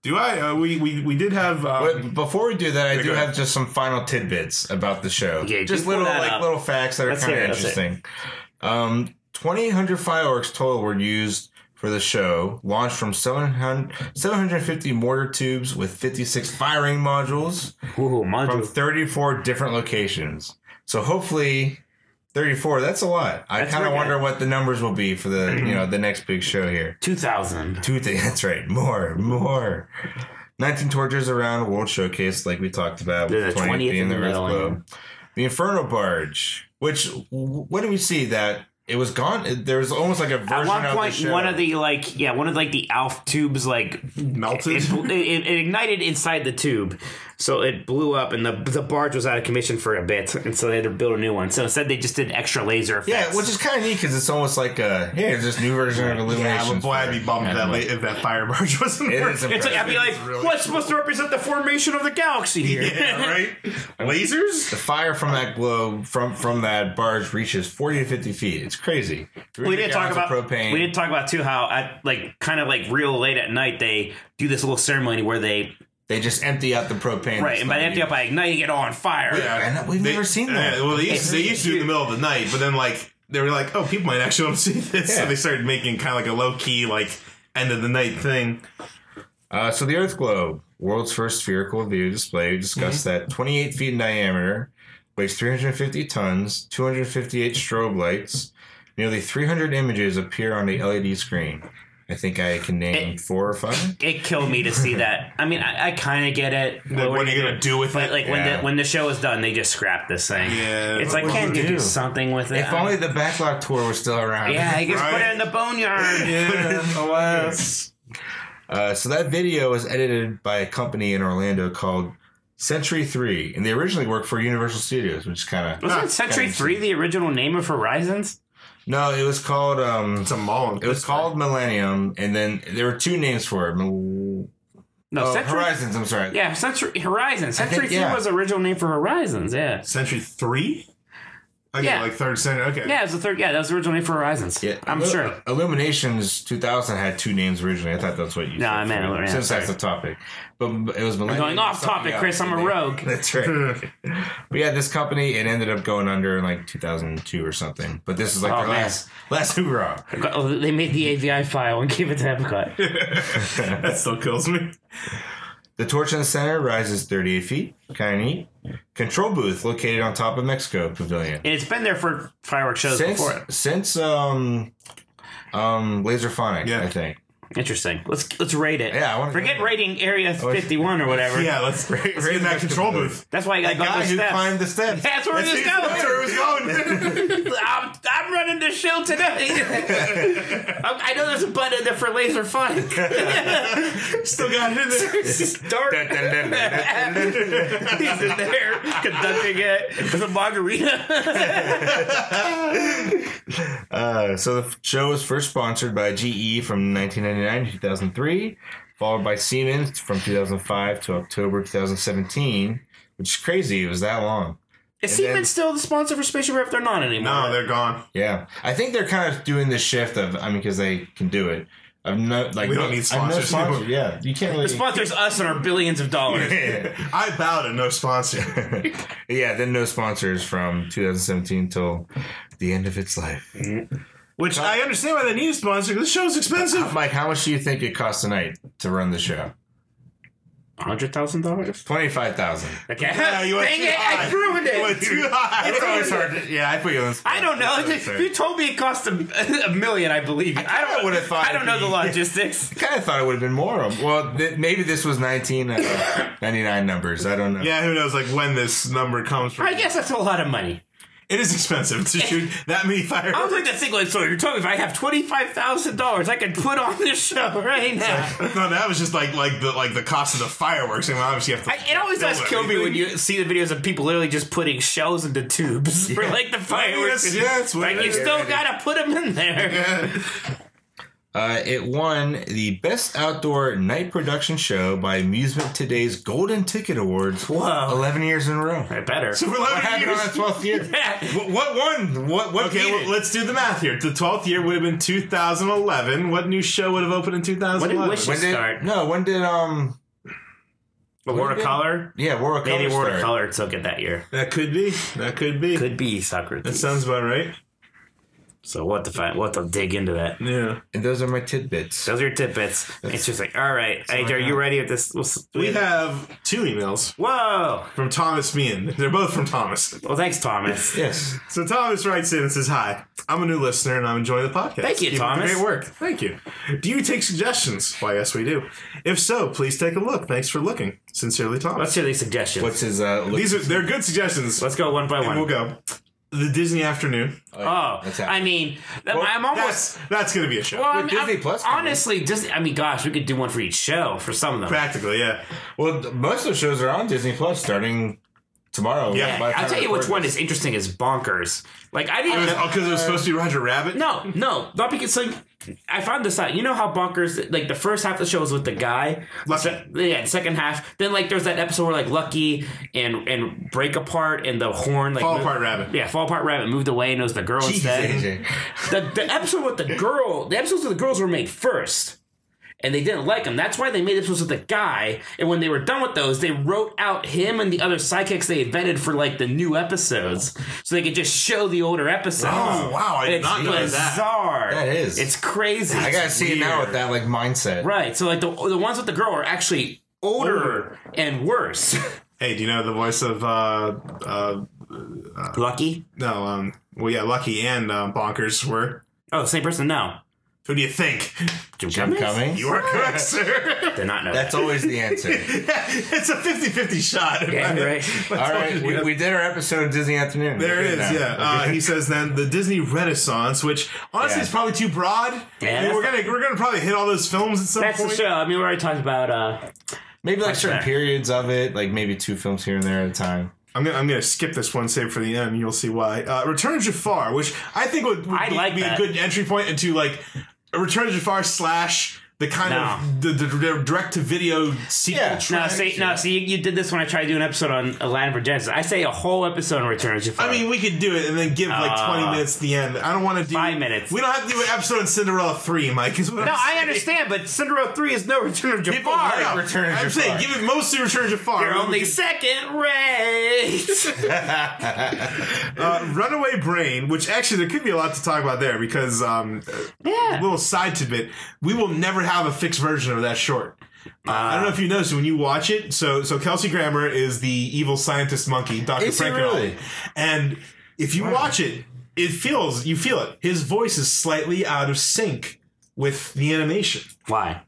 F: Do I? Uh, we, we we did have um,
E: But before we do that, I do
F: go ahead.
E: have just some final tidbits about the show.
D: Yeah,
E: just
D: just pull
E: little
D: that
E: like
D: up.
E: little facts that are
D: Let's
E: kind of
D: hear it, let's hear it.
E: interesting. Um, twenty eight hundred fireworks total were used for the show, launched from 700, 750 mortar tubes with 56 firing modules
D: Ooh,
E: from
D: module.
E: 34 different locations. So hopefully 34, that's a lot. I
D: That's
E: kind of
D: pretty
E: wonder
D: good.
E: what the numbers will be for the, you know, the next big show here.
D: 2000.
E: Two things. That's right. More, more. 19 torches around World Showcase, like we talked about.
D: Yeah,
E: with
D: 20th in the middle,
E: The Inferno Barge, which, w- what did we see? That it was gone. There was almost like a version
D: At one
E: of
D: point,
E: the show.
D: one of the, like, yeah, one of, like, the ALF tubes, like,
F: melted.
D: it, it, it ignited inside the tube, so it blew up, and the the barge was out of commission for a bit, and so they had to build a new one. So instead, they just did extra laser
E: Yeah,
D: effects.
E: which is kind of neat because it's almost like a, hey, there's this new version of
F: yeah,
E: Illumination.
F: but boy, I'd be bummed
E: Yeah,
F: that
E: but-
F: late if that fire barge wasn't
E: It
F: there.
E: is
D: it's like, I'd be like,
F: really
D: what's supposed to represent the formation of the galaxy here?
F: Yeah, right? Lasers?
E: The fire from that globe from from that barge reaches forty to fifty feet. It's crazy.
D: we did talk
E: Gallons of
D: about
E: propane.
D: we did talk about too how at like kind of like real late at night they do this little ceremony where they
E: they just empty out the propane.
D: right and by empty up by igniting it on fire.
E: Yeah, and we've never seen that.
F: Yeah, well, they used, they used to do it in the middle of the night, but then, like, they were like, oh, people might actually want to see this.
E: Yeah.
F: So they started making kind of like a low key, like, end of the night thing.
E: Uh, so the Earth globe, world's first spherical video display, we discussed
D: Mm-hmm.
E: that twenty eight feet in diameter, weighs three hundred fifty tons, two hundred fifty eight strobe lights. Nearly three hundred images appear on the LED screen. I think I can name four or five.
D: It killed me to see that. I mean, I, I kind of get it.
F: Like, what are you going to do with
D: But
F: it?
D: like when
E: Yeah.
D: the when the show is done, they just scrap this thing.
F: Yeah,
D: it's
F: what
D: like
F: would
D: can't
E: you
D: you
E: do?
D: do something with it?
E: If only the backlog tour was still around.
D: yeah, I guess put
F: Right.
D: it in the boneyard.
E: alas. Uh, so that video was edited by a company in Orlando called Century Three, and they originally worked for Universal Studios, which is kind of
D: Wasn't Century Three the original name of Horizons?
E: no. It was called um,
F: It's a mall.
E: it was called Millennium, and then there were two names for it. Mil-
D: No,
E: oh,
D: Century.
E: Horizons. I'm sorry.
D: Yeah, Century Horizons.
E: I think-
D: Century
E: yeah.
D: Three was the original name for Horizons. Yeah,
F: Century 3? Okay,
D: Yeah.
F: like third century. Okay.
D: yeah, it was the third. Yeah, that was the original name for Horizons.
E: Yeah,
D: I'm
E: Illu-
D: sure.
E: Illuminations 2000 had two names originally. I thought that's what you.
D: No,
E: said
D: I meant
E: for
D: Illumination,
E: Since that's the topic, but but it was
D: I'm
E: Millennium.
D: going off
E: something
D: topic,
E: else.
D: Chris. I'm a rogue.
E: That's right. but yeah, this company it ended up going under in like 2002 or something. But this is like
D: Oh,
E: their
D: man.
E: last last hoorah.
D: Oh, They made the AVI file and gave it to Epcot.
F: That still kills me.
E: The torch in the center rises 38 feet. Kind of neat. Control booth located on top of Mexico Pavilion.
D: And it's been there for fireworks shows
E: Since
D: before.
E: since um Um, Laserphonic,
F: Yeah.
E: I think.
D: Interesting. Let's let's rate it.
E: Yeah, I wanna-
D: forget rating Area Fifty One or whatever.
F: Yeah, let's, let's get in that control booth.
D: that's why I
E: That
D: got
E: guy
D: the
E: who
D: steps.
E: climbed the steps.
D: That's where
F: That's
D: this goes.
F: that's where it was going.
D: I'm, I'm running the show today. I'm- I know there's a button in there for laser fun.
F: Still got it in there.
D: Start. He's in there conducting it with a margarita.
E: Uh, so the f- show was first sponsored by GE from 1999 to 2003, followed by Siemens from 2005 to October 2017, which is crazy. It was that long.
D: Is
E: And then-
D: Siemens still the sponsor for Spaceship Earth? They're not anymore.
F: No, they're gone.
E: Yeah, I think they're kind of doing this shift of I mean because they can do it. I'm not like
F: We don't
E: no-
F: need
E: I'm no
F: sponsors.
E: sponsor. Yeah, you can't really.
D: The sponsors us and our billions of dollars.
F: I bow to no sponsor.
E: yeah, then no sponsors from 2017 till the end of its life.
F: Which I understand why they need a sponsor because the show's expensive.
E: Mike, how much do you think it costs a night to run the show?
D: Hundred thousand dollars.
E: Twenty five thousand.
D: Okay.
F: Yeah, you went
D: Dang
F: too
D: it!
F: high.
D: I ruined
F: You went
D: it.
F: too high.
E: It's always hard. To, yeah, I put you on. The spot.
D: I don't know. If you told me it cost a, a million, I believe you. I, don't.
E: would've thought
D: I don't know
E: it'd
D: the
E: be-
D: logistics.
E: kind of thought it would have been more. of- Well, th- maybe this was 1999 numbers. I don't know.
F: Yeah, who knows like when this number comes from.
D: I guess that's a lot of money.
F: It is expensive to shoot that many fire.
D: I was like that single. So you're telling me if I have twenty five thousand dollars, I could put on this show right now.
F: No, that was just like like the like the cost of the fireworks. I mean, obviously you have to.
D: I, it always does
F: Don't
D: kill me
F: worry.
D: when you see the videos of people literally just putting shells into tubes for like the fireworks.
F: that's- yeah, that's what
D: like
F: it
D: you
F: is.
D: still gotta put them in there.
E: Uh, it won the Best Outdoor Night Production Show by Amusement Today's Golden Ticket Awards.
D: Whoa.
E: 11 years in a row.
D: I better.
F: So for
E: What
F: 11
E: happened on the
F: years.
E: 12th year?
D: Yeah.
E: What, what won? What, what
F: Okay,
E: beat
F: well,
E: it?
F: let's do the math here. The twelfth year would have been 2011. What new show would have opened in 2011?
D: Wish-
E: when did,
D: start.
E: No, when did, um,
D: But wore a collar.
E: yeah, War of
D: Maybe
E: Color
D: wore a
E: start?
D: collar took it that year.
F: that could be. That could be.
D: Could be Socrates.
F: That sounds about right.
D: so what to find? What to dig into that?
F: Yeah.
E: And those are my tidbits.
D: Those are your tidbits. It's just like, all right, AJ, are you ready with this? What's-
F: We have two emails
D: Whoa!
F: from Thomas Meehan. They're both from Thomas.
D: Well, thanks, Thomas.
E: Yes.
F: So Thomas writes in and says, "Hi, I'm a new listener and I'm enjoying the podcast.
D: Thank you,
F: Keep up the
D: Thomas.
F: Great work. Thank you. Do you take suggestions? Why, yes, we do. If so, please take a look. Thanks for looking. Sincerely, Thomas.
D: Let's hear these suggestions.
E: What's his, uh, look?
F: These are they're good suggestions.
D: Let's go one by one.
F: and we'll go. The Disney Afternoon.
D: Oh,
E: That's
D: I
E: happening.
D: mean, that- I'm almost.
F: That's that's gonna be a show.
D: Well, I'm,
E: With Disney
D: I'm-
E: Plus coming.
D: honestly, Disney. I mean, gosh, we could do one for each show for some of them.
F: Practically, yeah.
E: Well, th- most of the shows are on Disney Plus starting tomorrow.
F: Yeah.
E: By the time
D: I'll tell
E: we
D: you which
E: record
D: one
E: this.
D: is interesting is bonkers. Like I
F: It
D: didn't.
F: was
D: know-
F: because it was supposed to be Roger Rabbit.
D: No, no, not because like I found this out. You know how bonkers like the first half of the show was with the guy.
F: Lucky.
D: Se- yeah, the second half. Then like there's that episode where like Lucky and and break apart and the horn like
F: Fall
D: moved-
F: Apart Rabbit.
D: Yeah, fall apart rabbit moved away and it was the girl instead.
E: Jeez, AJ.
D: The, the episode with the girl, the episodes with the girls were made first. And they didn't like him. That's why they made episodes with the guy. And when they were done with those, they wrote out him and the other sidekicks they invented for like the new episodes, so they could just show the older episodes.
F: Oh wow, I did
D: It's
F: not know that.
D: bizarre.
E: That is.
D: It's crazy.
E: I gotta see it now with that like mindset.
D: Right. So like the the ones with the girl are actually older,
F: Older.
D: and worse.
F: Hey, do you know the voice of uh uh
D: Lucky.
F: no um well yeah, Lucky and uh, Bonkers were?
D: Oh, same person. No.
F: Who do you think?
D: Jim,
E: I'm
D: Cummings?
E: coming.
F: You are correct, sir.
D: Did not know.
E: That's
D: that.
E: always the answer.
F: it's a 50-50 shot.
D: Yeah, right.
E: All right, we, we did our episode of Disney Afternoon.
F: There
E: We're
F: it
E: good
F: is,
E: now.
F: yeah. Uh, he says then the Disney Renaissance, which honestly
E: Yeah.
F: is probably too broad. I mean,
D: that's
F: we're gonna we're gonna probably hit all those films at some
D: That's the
F: point.
D: show. I mean, we already talked about. uh
E: Maybe like certain
D: that.
E: periods of it, like maybe two films here and there at a time.
F: I'm gonna I'm gonna skip this one save for the end. You'll see why. Uh, Return of Jafar, which I think would, would
D: I
F: be,
D: like
F: be a
D: that.
F: good entry point into like Return of Jafar slash the kind of the, the direct to video sequel.
E: Yeah.
D: No,
F: track.
D: see, no, see, you, you did this when I tried to do an episode on Aladdin for Genesis. I say a whole episode on Return of Jafar.
F: I mean, we could do it and then give like 20
D: Uh,
F: minutes at the end. I don't want to do
D: five minutes.
F: We don't have to do an episode on Cinderella three, Mike. Is what
D: no,
F: I'm
D: I
F: saying.
D: understand, but Cinderella Three is no Return of Jafar.
F: People
E: like Return of
F: I'm
E: Jafar.
F: saying give it mostly Return of Jafar.
D: You're
F: We
D: only
F: could-
D: second rate.
F: Uh, Runaway Brain, which actually there could be a lot to talk about there because um, a
D: yeah.
F: little side tidbit, we will never have a fixed version of that short. Uh, I don't know if you noticed when you watch it. So, so Kelsey Grammer is the evil scientist monkey, Doctor
E: Is he
F: Frankenstein,
E: really?
F: and if you watch it, it feels you feel it. His voice is slightly out of sync with the animation.
D: Why?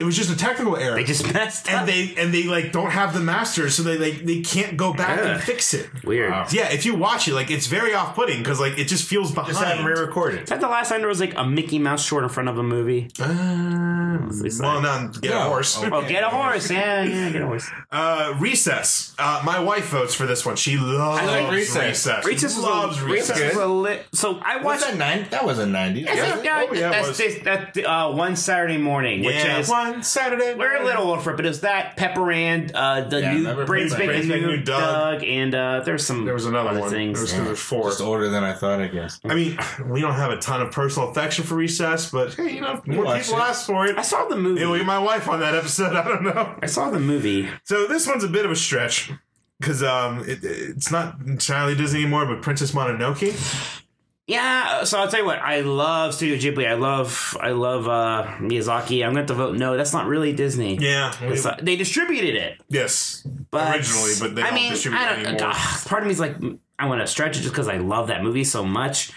F: It was just a technical error.
D: They just messed up.
F: and they and they like don't have the masters, so they like they can't go back
D: Yeah.
F: and fix it.
D: Weird.
E: Wow.
D: Is
F: Yeah, if you watch it, like it's very off-putting because like it just feels behind.
E: Just have him re-recorded.
D: that the last time there was like a Mickey Mouse short in front of a movie? It's
F: Uh, well,
D: like-
F: no, get a
E: No.
F: horse.
D: Oh, get a horse. Yeah, yeah, get a horse.
F: Uh, recess. Uh, my wife votes for this one. She loves
E: like
F: recess.
E: Recess.
D: Recess was
F: loves
D: a,
F: recess.
D: Recess was a lit. So I
E: What's
D: watched.
E: that nine? That was a ninety.
D: Yeah,
F: yeah,
D: yeah,
F: oh, yeah, it
D: that's
F: was.
D: just- that uh, one Saturday morning, which
F: Yeah,
D: is
F: one Saturday.
D: we're a little old for it, but it was that Pepper and uh, the
E: Yeah, I
D: new
E: remember
D: Brains
E: Pepper
D: Big
F: and
D: and
F: Brains Big
D: new
F: New Doug.
D: Doug, and uh, there's some
F: There was another
D: other
F: one.
D: things.
F: There was,
D: Yeah.
F: there was four.
E: Just older than I thought, I guess.
F: I mean, we don't have a ton of personal affection for recess, but hey, you know, more
E: watched
F: people
E: it.
F: ask for it.
D: I saw the movie.
F: It will get my wife on that episode. I don't know.
D: I saw the movie.
F: So this one's a bit of a stretch because um, it, it's not entirely Disney anymore, but Princess Mononoke.
D: Yeah, so I'll tell you what. I love Studio Ghibli. I love I love uh, Miyazaki. I'm going to vote no. That's not really Disney.
F: Yeah,
D: It's not- they distributed it,
F: yes,
D: but
F: originally, but they
D: I
F: don't
D: mean,
F: distribute
D: I
F: it
D: don't,
F: anymore.
D: ugh, part of me's like, I want to stretch it just because I love that movie so much.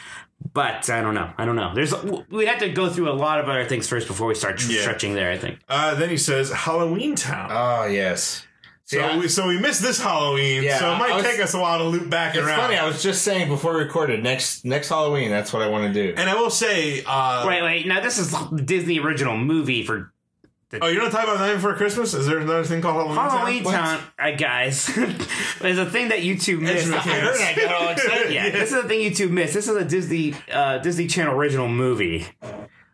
D: But I don't know. I don't know. There's we'd have to go through a lot of other things first before we start tr-
F: Yeah.
D: stretching there. I think.
F: Uh, then he says Halloween Town.
E: Oh yes.
F: so
E: Yeah.
F: we so we missed this Halloween.
E: Yeah,
F: so it might
E: I was-
F: take us a while to loop back
E: It's
F: around.
E: funny. I was just saying before we recorded next next Halloween. That's what I want to do.
F: and I will say,
E: Oh.
F: uh,
D: Wait, wait. Now this is the Disney original movie for
F: oh, you're not talking about Night Before Christmas? Is there another thing called Halloween?
D: Halloween
F: Town?
D: Town, uh, guys. There's a thing that you two missed.
F: Ezra
E: I heard I got all excited.
D: Yeah, this is the thing you two missed. This is a Disney uh, Disney Channel original movie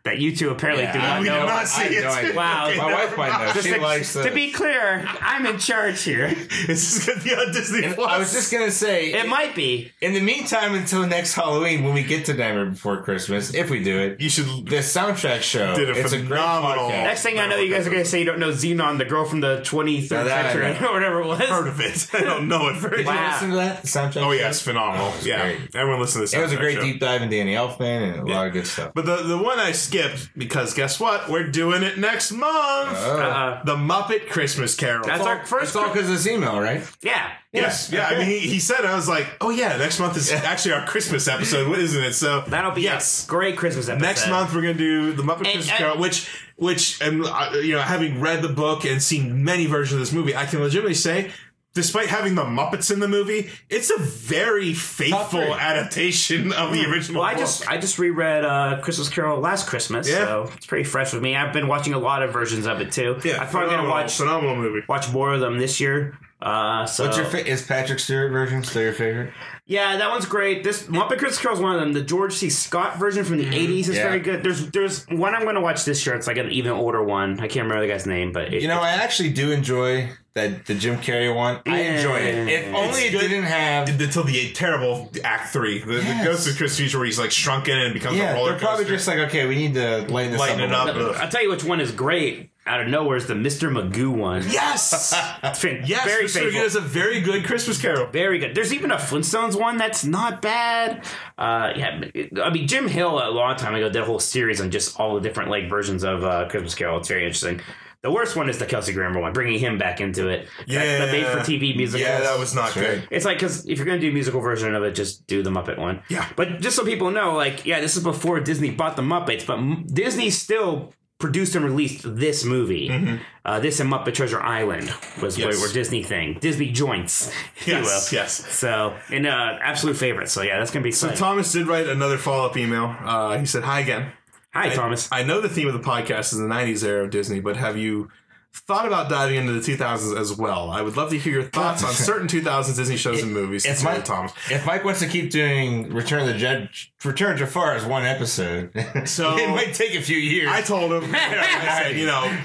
D: that you two apparently
E: Yeah,
D: do not
E: we
F: did
D: know.
F: not
E: I
F: see
E: have
F: it.
E: no idea.
D: Wow.
F: Okay,
E: My
F: never
E: wife might know.
F: mind.
E: She
D: Just to-
E: likes
D: to
E: the-
D: be clear, I'm in charge here.
F: This is gonna be on Disney
E: And
F: Plus.
E: I was just gonna say.
D: It might be.
E: in the meantime, until next Halloween, when we get to Nightmare Before Christmas, if we do it,
F: you should.
E: the soundtrack show.
F: Did a
E: it's a great
F: phenomenal-
E: podcast.
D: Next thing I know, you guys are going to say you don't know Xenon, the girl from the 23rd
E: Now that I
D: century,
E: know.
D: or whatever it
F: heard
D: was.
F: of it. I don't know it very
E: Did
D: Wow.
E: you listen to that the soundtrack? show?
F: Oh yeah, it's phenomenal.
E: was
F: yeah,
E: great.
F: everyone listen to this.
E: It was a great
F: show.
E: deep dive in Danny Elfman and a lot of good stuff.
F: But the the one I skipped because guess what? We're doing it next month.
D: Uh,
F: the Muppet Christmas Carol.
D: That's our
E: It's
D: first.
E: all because of this email, right?
D: yeah.
F: Yes, yeah. I mean, he, he said I was like, oh yeah, next month is actually our Christmas episode, isn't it? So
D: That'll be
F: yes.
D: a great Christmas episode.
F: Next month we're gonna do the Muppet
D: And-
F: Christmas
D: and-
F: Carol, which, which, and uh, you know, having read the book and seen many versions of this movie, I can legitimately say, despite having the Muppets in the movie, it's a very faithful
E: three.
F: adaptation of the original.
D: Hmm. Well, I
F: book.
D: just I just reread uh, Christmas Carol last Christmas,
F: Yeah.
D: so it's pretty fresh with me. I've been watching a lot of versions of it too.
F: yeah, Oh.
D: I'm probably gonna
F: phenomenal-
D: watch
F: phenomenal movie.
D: watch more of them this year. Uh, so
E: What's your fa- is Patrick Stewart version still your favorite?
D: yeah, that one's great. This Muppet Christmas Carol is one of them. The George C. Scott version from the '80s is
E: Yeah.
D: very good. There's there's one I'm going to watch this year. It's like an even older one. I can't remember the guy's name, but it,
E: You know, I actually do enjoy that the Jim Carrey one. I enjoy it. If only it
F: good.
E: didn't have.
F: Until the terrible Act Three, the,
E: Yes.
F: the Ghost of Christmas Future, where he's like shrunken and becomes a
E: Yeah,
F: roller
E: they're
F: coaster.
E: probably just like, okay, we need to lighten this
F: Lighten
E: up.
F: it
E: a
F: up.
E: little bit.
D: I'll tell you which one is great out of nowhere is the Mr. Magoo one.
F: yes,
D: It's fan-
F: yes.
D: very
F: Mr. Magoo
D: faithful.
F: is a very good Christmas Carol.
D: Very good. There's even a Flintstones one that's not bad. Uh, yeah, I mean Jim Hill a long time ago did a whole series on just all the different like versions of uh, Christmas Carol. It's very interesting. The worst one is the Kelsey Grammer one, bringing him back into it. That- the made for TV musical.
F: Yeah, that was
E: That's
F: not good.
E: right.
D: It's like because if you're gonna do a musical version of it, just do the Muppet one.
F: Yeah.
D: But just so people know, like, yeah, this is before Disney bought the Muppets, but M- Disney still produced and released this movie. Uh, this and Muppet Treasure Island was
F: Mm-hmm. Yes.
D: where, where Disney thing, Disney joints. if you
F: Yes,
D: will.
F: yes.
D: So and uh, absolute favorite. So yeah, that's gonna be
F: So
D: exciting.
F: Thomas did write another follow up email. Uh, he said, "Hi again.
D: Hi, Thomas.
F: I know the theme of the podcast is the '90s era of Disney, but have you thought about diving into the 2000s as well? I would love to hear your thoughts on certain 2000s Disney shows and movies."
E: If
F: Sincerely,
E: Mike,
F: Thomas.
E: if Mike wants to keep doing Return of the Judge, Return of Jafar as one episode,
F: So-
E: it might take a few years.
F: I told him, I said, you know,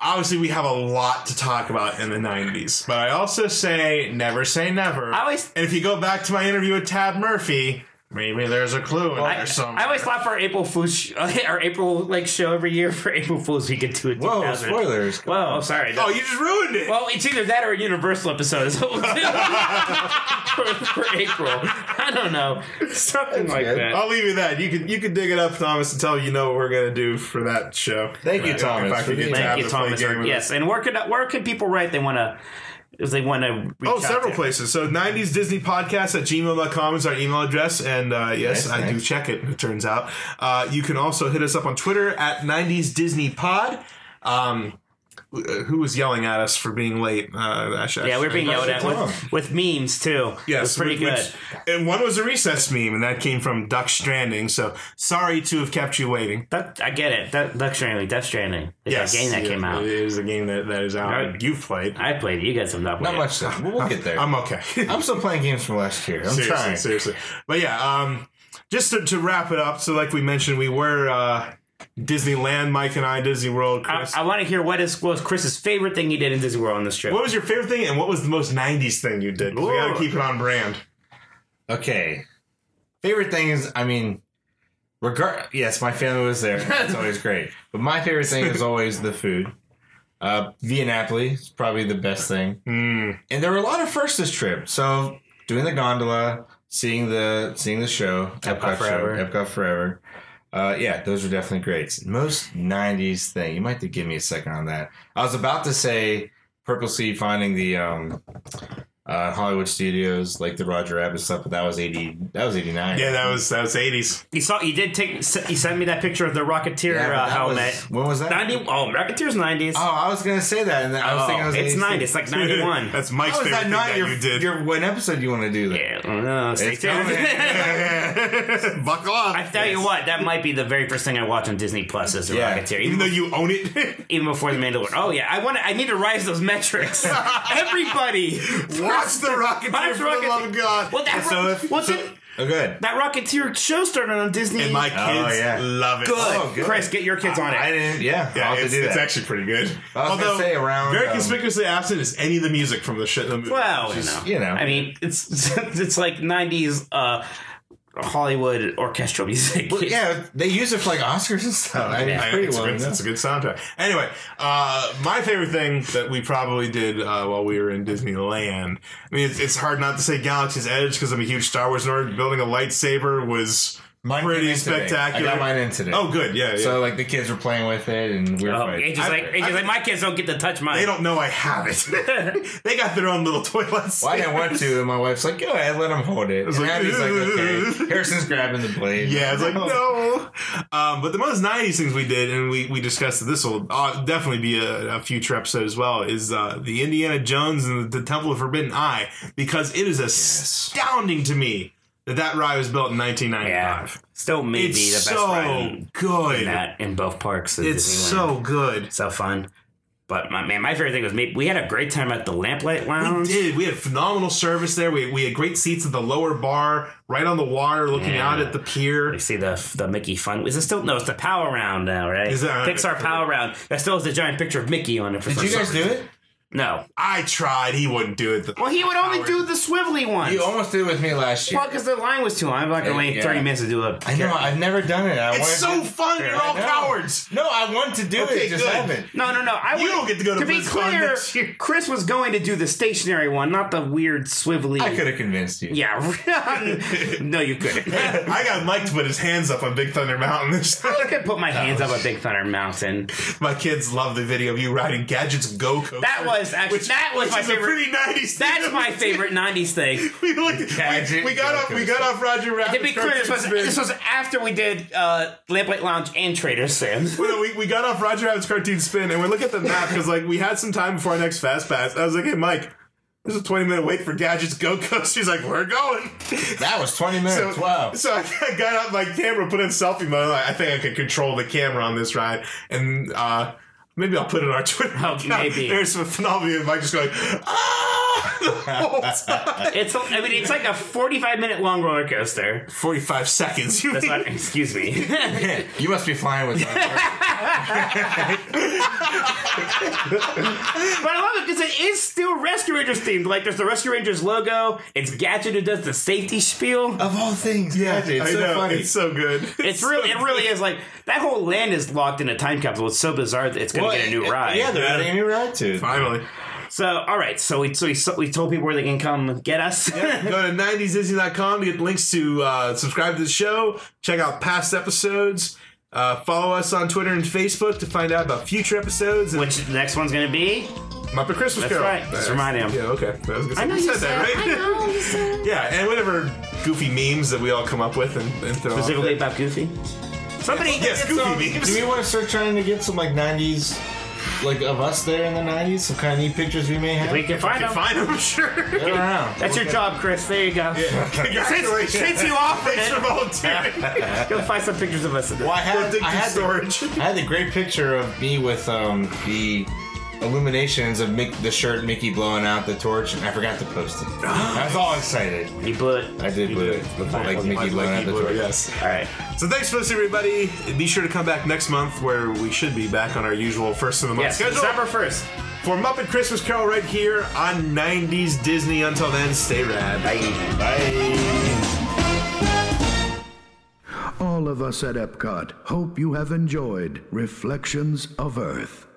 F: obviously we have a lot to talk about in the 90s, but I also say never say never.
D: I always-
F: and if you go back to my interview with Tab Murphy, maybe there's a clue in
D: I,
F: there somewhere.
D: I always laugh for our April Fool's sh- our April like show every year for April Fool's we get to it.
E: Whoa, spoilers!
D: Well, oh, sorry.
F: oh, you just ruined it.
D: Well, it's either that or a Universal episode is what we'll do for, for April. I don't know, something like
E: good.
D: that.
F: I'll leave you that. You can you can dig it up, Thomas, and tell you know what we're gonna do for that show.
E: Thank you,
F: If I
E: Thomas,
F: could
E: for the-
F: get Tab
D: Thank you,
F: to play a
D: Thomas.
F: game with us.
D: Yes, and where could where can people write? They want to if they want to. reach
F: Oh,
D: out
F: several
D: to.
F: places. So 90s Disney podcast at gmail.com is our email address. And uh, yes,
E: Nice,
F: I do
E: nice.
F: check it, it turns out. Uh, you can also hit us up on Twitter at 90s Disney Pod. Um, wh- uh, who was yelling at us for being late? Uh, I should-
D: Yeah, we we're being
F: I
D: yelled
F: should
D: at
F: tell them.
D: with, with memes too. it was pretty
F: which-
D: good.
F: which- and one was a recess meme, and that came from Duck Stranding. So sorry to have kept you waiting.
D: That- I get it. That Duck Stranding, Death Stranding. It's that game that
F: yeah,
D: came out.
F: It is a game that, that is out.
D: All right.
F: You've played.
D: I played it. You guys have not played.
E: Not much though. But we'll get there. I'm,
F: I'm okay.
E: still playing games from last year. I'm
F: seriously,
E: trying.
F: seriously. But yeah, um, just to, to wrap it up. So, like we mentioned, we were uh, Disneyland. Mike and I, Disney World.
D: I,
F: Chris,
D: I want to hear what is what was Chris's favorite thing he did in Disney World on this trip.
F: what was your favorite thing, and what was the most '90s thing you did? 'Cause We gotta
D: Ooh.
F: keep it on brand.
E: Okay. Favorite thing is, I mean, regard. Yes, my family was there. That's always great. But my favorite thing is always the food. Uh, Via Napoli is probably the best thing. And there were a lot of firsts this trip. So doing the gondola, seeing the seeing the show, Epcot,
D: Forever.
E: show, Epcot Forever. Uh, yeah, those are definitely greats. Most '90s thing. You might have to give me a second on that. I was about to say purposely finding the um, uh, Hollywood studios, like the Roger Rabbit stuff, but that was eighty. That was eighty nine.
F: Yeah, that was that was '80s.
D: you saw? You did take. s- You sent me that picture of the Rocketeer uh, helmet.
E: when was that?
D: Ninety. Oh, Rocketeer's nineties.
E: Oh, I was gonna say that, and then I was thinking it was
D: Oh, it's
E: 86.
D: ninety. It's like ninety one.
F: That's Mike's
E: How is
F: favorite
E: that
F: thing
E: not
F: that
E: your,
F: you did.
E: your what episode you want to do? That?
D: yeah. No, stay
E: It's
D: tuned.
E: coming.
F: Buckle up.
D: I tell you what, that might be the very first thing I watch on Disney Plus is the
E: Yeah.
D: Rocketeer.
F: even though you own it.
D: even before the Mandalorian. Oh yeah, I want. to I need to rise those metrics. Everybody,
F: Watch the Rocketeer
D: Watch
F: for the love of God.
D: Well, that
E: So if-
D: what's
E: so-
D: it?
E: Oh, good.
D: That Rocketeer show started on Disney.
F: and my kids
E: Oh, yeah.
F: love it.
D: good.
E: Oh, good.
D: Chris, get your kids on it.
E: I didn't. Yeah,
F: Yeah,
E: I'll have
F: it's,
E: to do
F: it's
E: that.
F: actually pretty good.
E: I was gonna say around,
F: very
E: um,
F: conspicuously absent is any of the music from the shit. The movie.
D: well,
F: Which
D: you
F: is-
D: know,
E: you know.
D: I mean, it's it's like '90s uh, Hollywood orchestral music.
E: Well, yeah, they use it for like Oscars and stuff. I mean,
F: I-
E: it's pretty
F: it's,
E: well
F: a good,
E: known.
F: it's a good soundtrack. Anyway, uh, my favorite thing that we probably did uh, while we were in Disneyland. I mean, it's, it's hard not to say Galaxy's Edge because I'm a huge Star Wars nerd. Building a lightsaber was
E: Mine came
F: pretty
E: in today.
F: spectacular.
E: I got mine in today.
F: Oh, good. Yeah, yeah.
E: So like the kids were playing with it, and we were
D: Oh,
E: fighting.
D: Angel's like, Angel's
F: I-
D: like, my kids don't get to touch mine.
F: they don't know I have it. they got their own little toy lightsaber.
E: Well, I didn't want to, and my wife's like, "Go ahead, let him hold it." And
F: like,
E: Abby's like, "Okay."
F: "Ugh."
E: Harrison's grabbing the blade.
F: Yeah, it's like no. Um, but the most '90s things we did, and we we discussed that this will uh, definitely be a, a future episode as well, is uh, the Indiana Jones and the Temple of Forbidden Eye, because it is astounding to me that that ride was built in
D: Yeah,
F: 1995.
D: still maybe the
F: It's
D: best
F: so
D: ride in
F: good.
D: that in both parks. of
F: It's
D: Disneyland.
F: so good.
D: so fun. But my man, my favorite thing was maybe we had a great time at the Lamplight
F: We
D: Lounge.
F: did. We had phenomenal service there. We, we had great seats at the lower bar, right on the water, looking
D: Yeah.
F: out at the pier.
D: You see the the Mickey fun. Is it still no? It's the Power Round now, right?
F: Is that-
D: Pixar Power Round? That still has the giant picture of Mickey on it. For
E: uh, Did
D: some
E: you guys do
D: reason.
E: it?
D: No.
F: I tried. He wouldn't do it.
D: Well, he would only do the swivelly ones.
E: You almost did it with me last year.
D: well, because the line was too long. I'm not gonna wait
E: Yeah.
D: 30 minutes to do a.
E: I know. I've never done it. I
F: It's so
E: wanted to-
F: fun. You're
E: I
F: all
E: know.
F: cowards.
E: No, I want to do
F: Okay,
E: it. Just
F: good.
E: haven't.
D: No, no, no. I
F: You
D: would-
F: don't get to go to
D: To be
F: BlizzCon
D: clear,
F: next year.
D: Chris was going to do the stationary one, not the weird swivelly.
E: I could have convinced you.
D: Yeah. no, you couldn't.
F: I got Mike to put his hands up on Big Thunder Mountain this time.
D: I could put my hands up at Big Thunder Mountain.
F: My kids love the video of you riding gadgets go coaster.
D: That was actually that was
F: which
D: my
F: is
D: favorite.
F: A pretty nineties.
D: That's my favorite '90s thing.
F: we, looked, we,
E: Gadget
F: we got
E: go
F: off. We got off Roger Rabbit.
D: To be clear, this was, this was after we did uh, Lamplight Lounge and Trader Sam's.
F: we, we got off Roger Rabbit's cartoon spin, and we look at the map because like we had some time before our next fast pass. I was like, "Hey, Mike, there's a 20 minute wait for gadgets go coaster." He's like, "We're going."
E: That was twenty minutes.
F: So,
E: wow.
F: so I I got out my camera, put in selfie mode. like, I think I could control the camera on this ride, and uh, maybe I'll put it on our Twitter.
D: Oh,
F: account.
D: maybe.
F: there's a phenomenon of Mike just going ah. the whole time.
D: It's a, I mean, it's like a 45 minute long roller coaster.
F: Forty-five seconds. You
D: That's
F: mean?
D: not, excuse me.
E: you must be flying with.
D: But I love it because it is still Rescue Rangers themed. Like, there's the Rescue Rangers logo. It's Gadget who does the safety spiel.
E: of all things, yeah, dude, it's
F: I
E: so
F: know,
E: funny.
F: It's so good.
D: It's really, it really is like that whole land is locked in a time capsule. It's so bizarre that it's going to
E: Well,
D: get a new
E: it-
D: ride.
E: Yeah, they're adding a new ride to it.
F: Finally,
D: So, all right. So we, so we, so we told people where they can come get us.
F: go to 90sdisney.com to get links to uh, subscribe to the show, check out past episodes, uh, follow us on Twitter and Facebook to find out about future episodes. And
D: Which the next one's going to be
E: Muppet Christmas
D: That's
E: Carol.
D: right. Just remind him.
E: Yeah, okay. That was good.
D: I know
E: You
D: you
A: I know you said.
E: yeah,
F: and whatever goofy memes that we all come up with and, and throw. out
D: Specifically about Goofy. Somebody,
F: Yes, Goofy memes.
E: Do we want to start trying to get some like '90s, like of us there in the '90s? Some kind of neat pictures we may have.
D: We can find him.
F: Fine, I'm sure.
E: I don't know.
D: That's your job, Chris. There you go.
F: Congratulations.
D: since you offered
F: Thanks
D: it.
F: for volunteering.
D: Go find some pictures of us. In
E: Well, I
F: Put
E: had,
F: things
E: I,
F: in
E: had the,
F: storage.
E: I had the great picture of me with um, the illuminations of Mick, the shirt Mickey blowing out the torch, and I forgot to post it. I was all excited.
D: He blew it.
E: I did
D: He
E: blew it. Looked
D: Fine.
E: like Mickey blowing out the torch.
F: Yes.
D: All right.
F: So thanks for listening, everybody. Be sure to come back next month, where we should be back on our usual first of the month
D: Yes,
F: schedule
D: December 1st.
F: for Muppet Christmas Carol right here on '90s Disney. Until then, stay rad.
D: Bye.
G: All of us at Epcot hope you have enjoyed Reflections of Earth.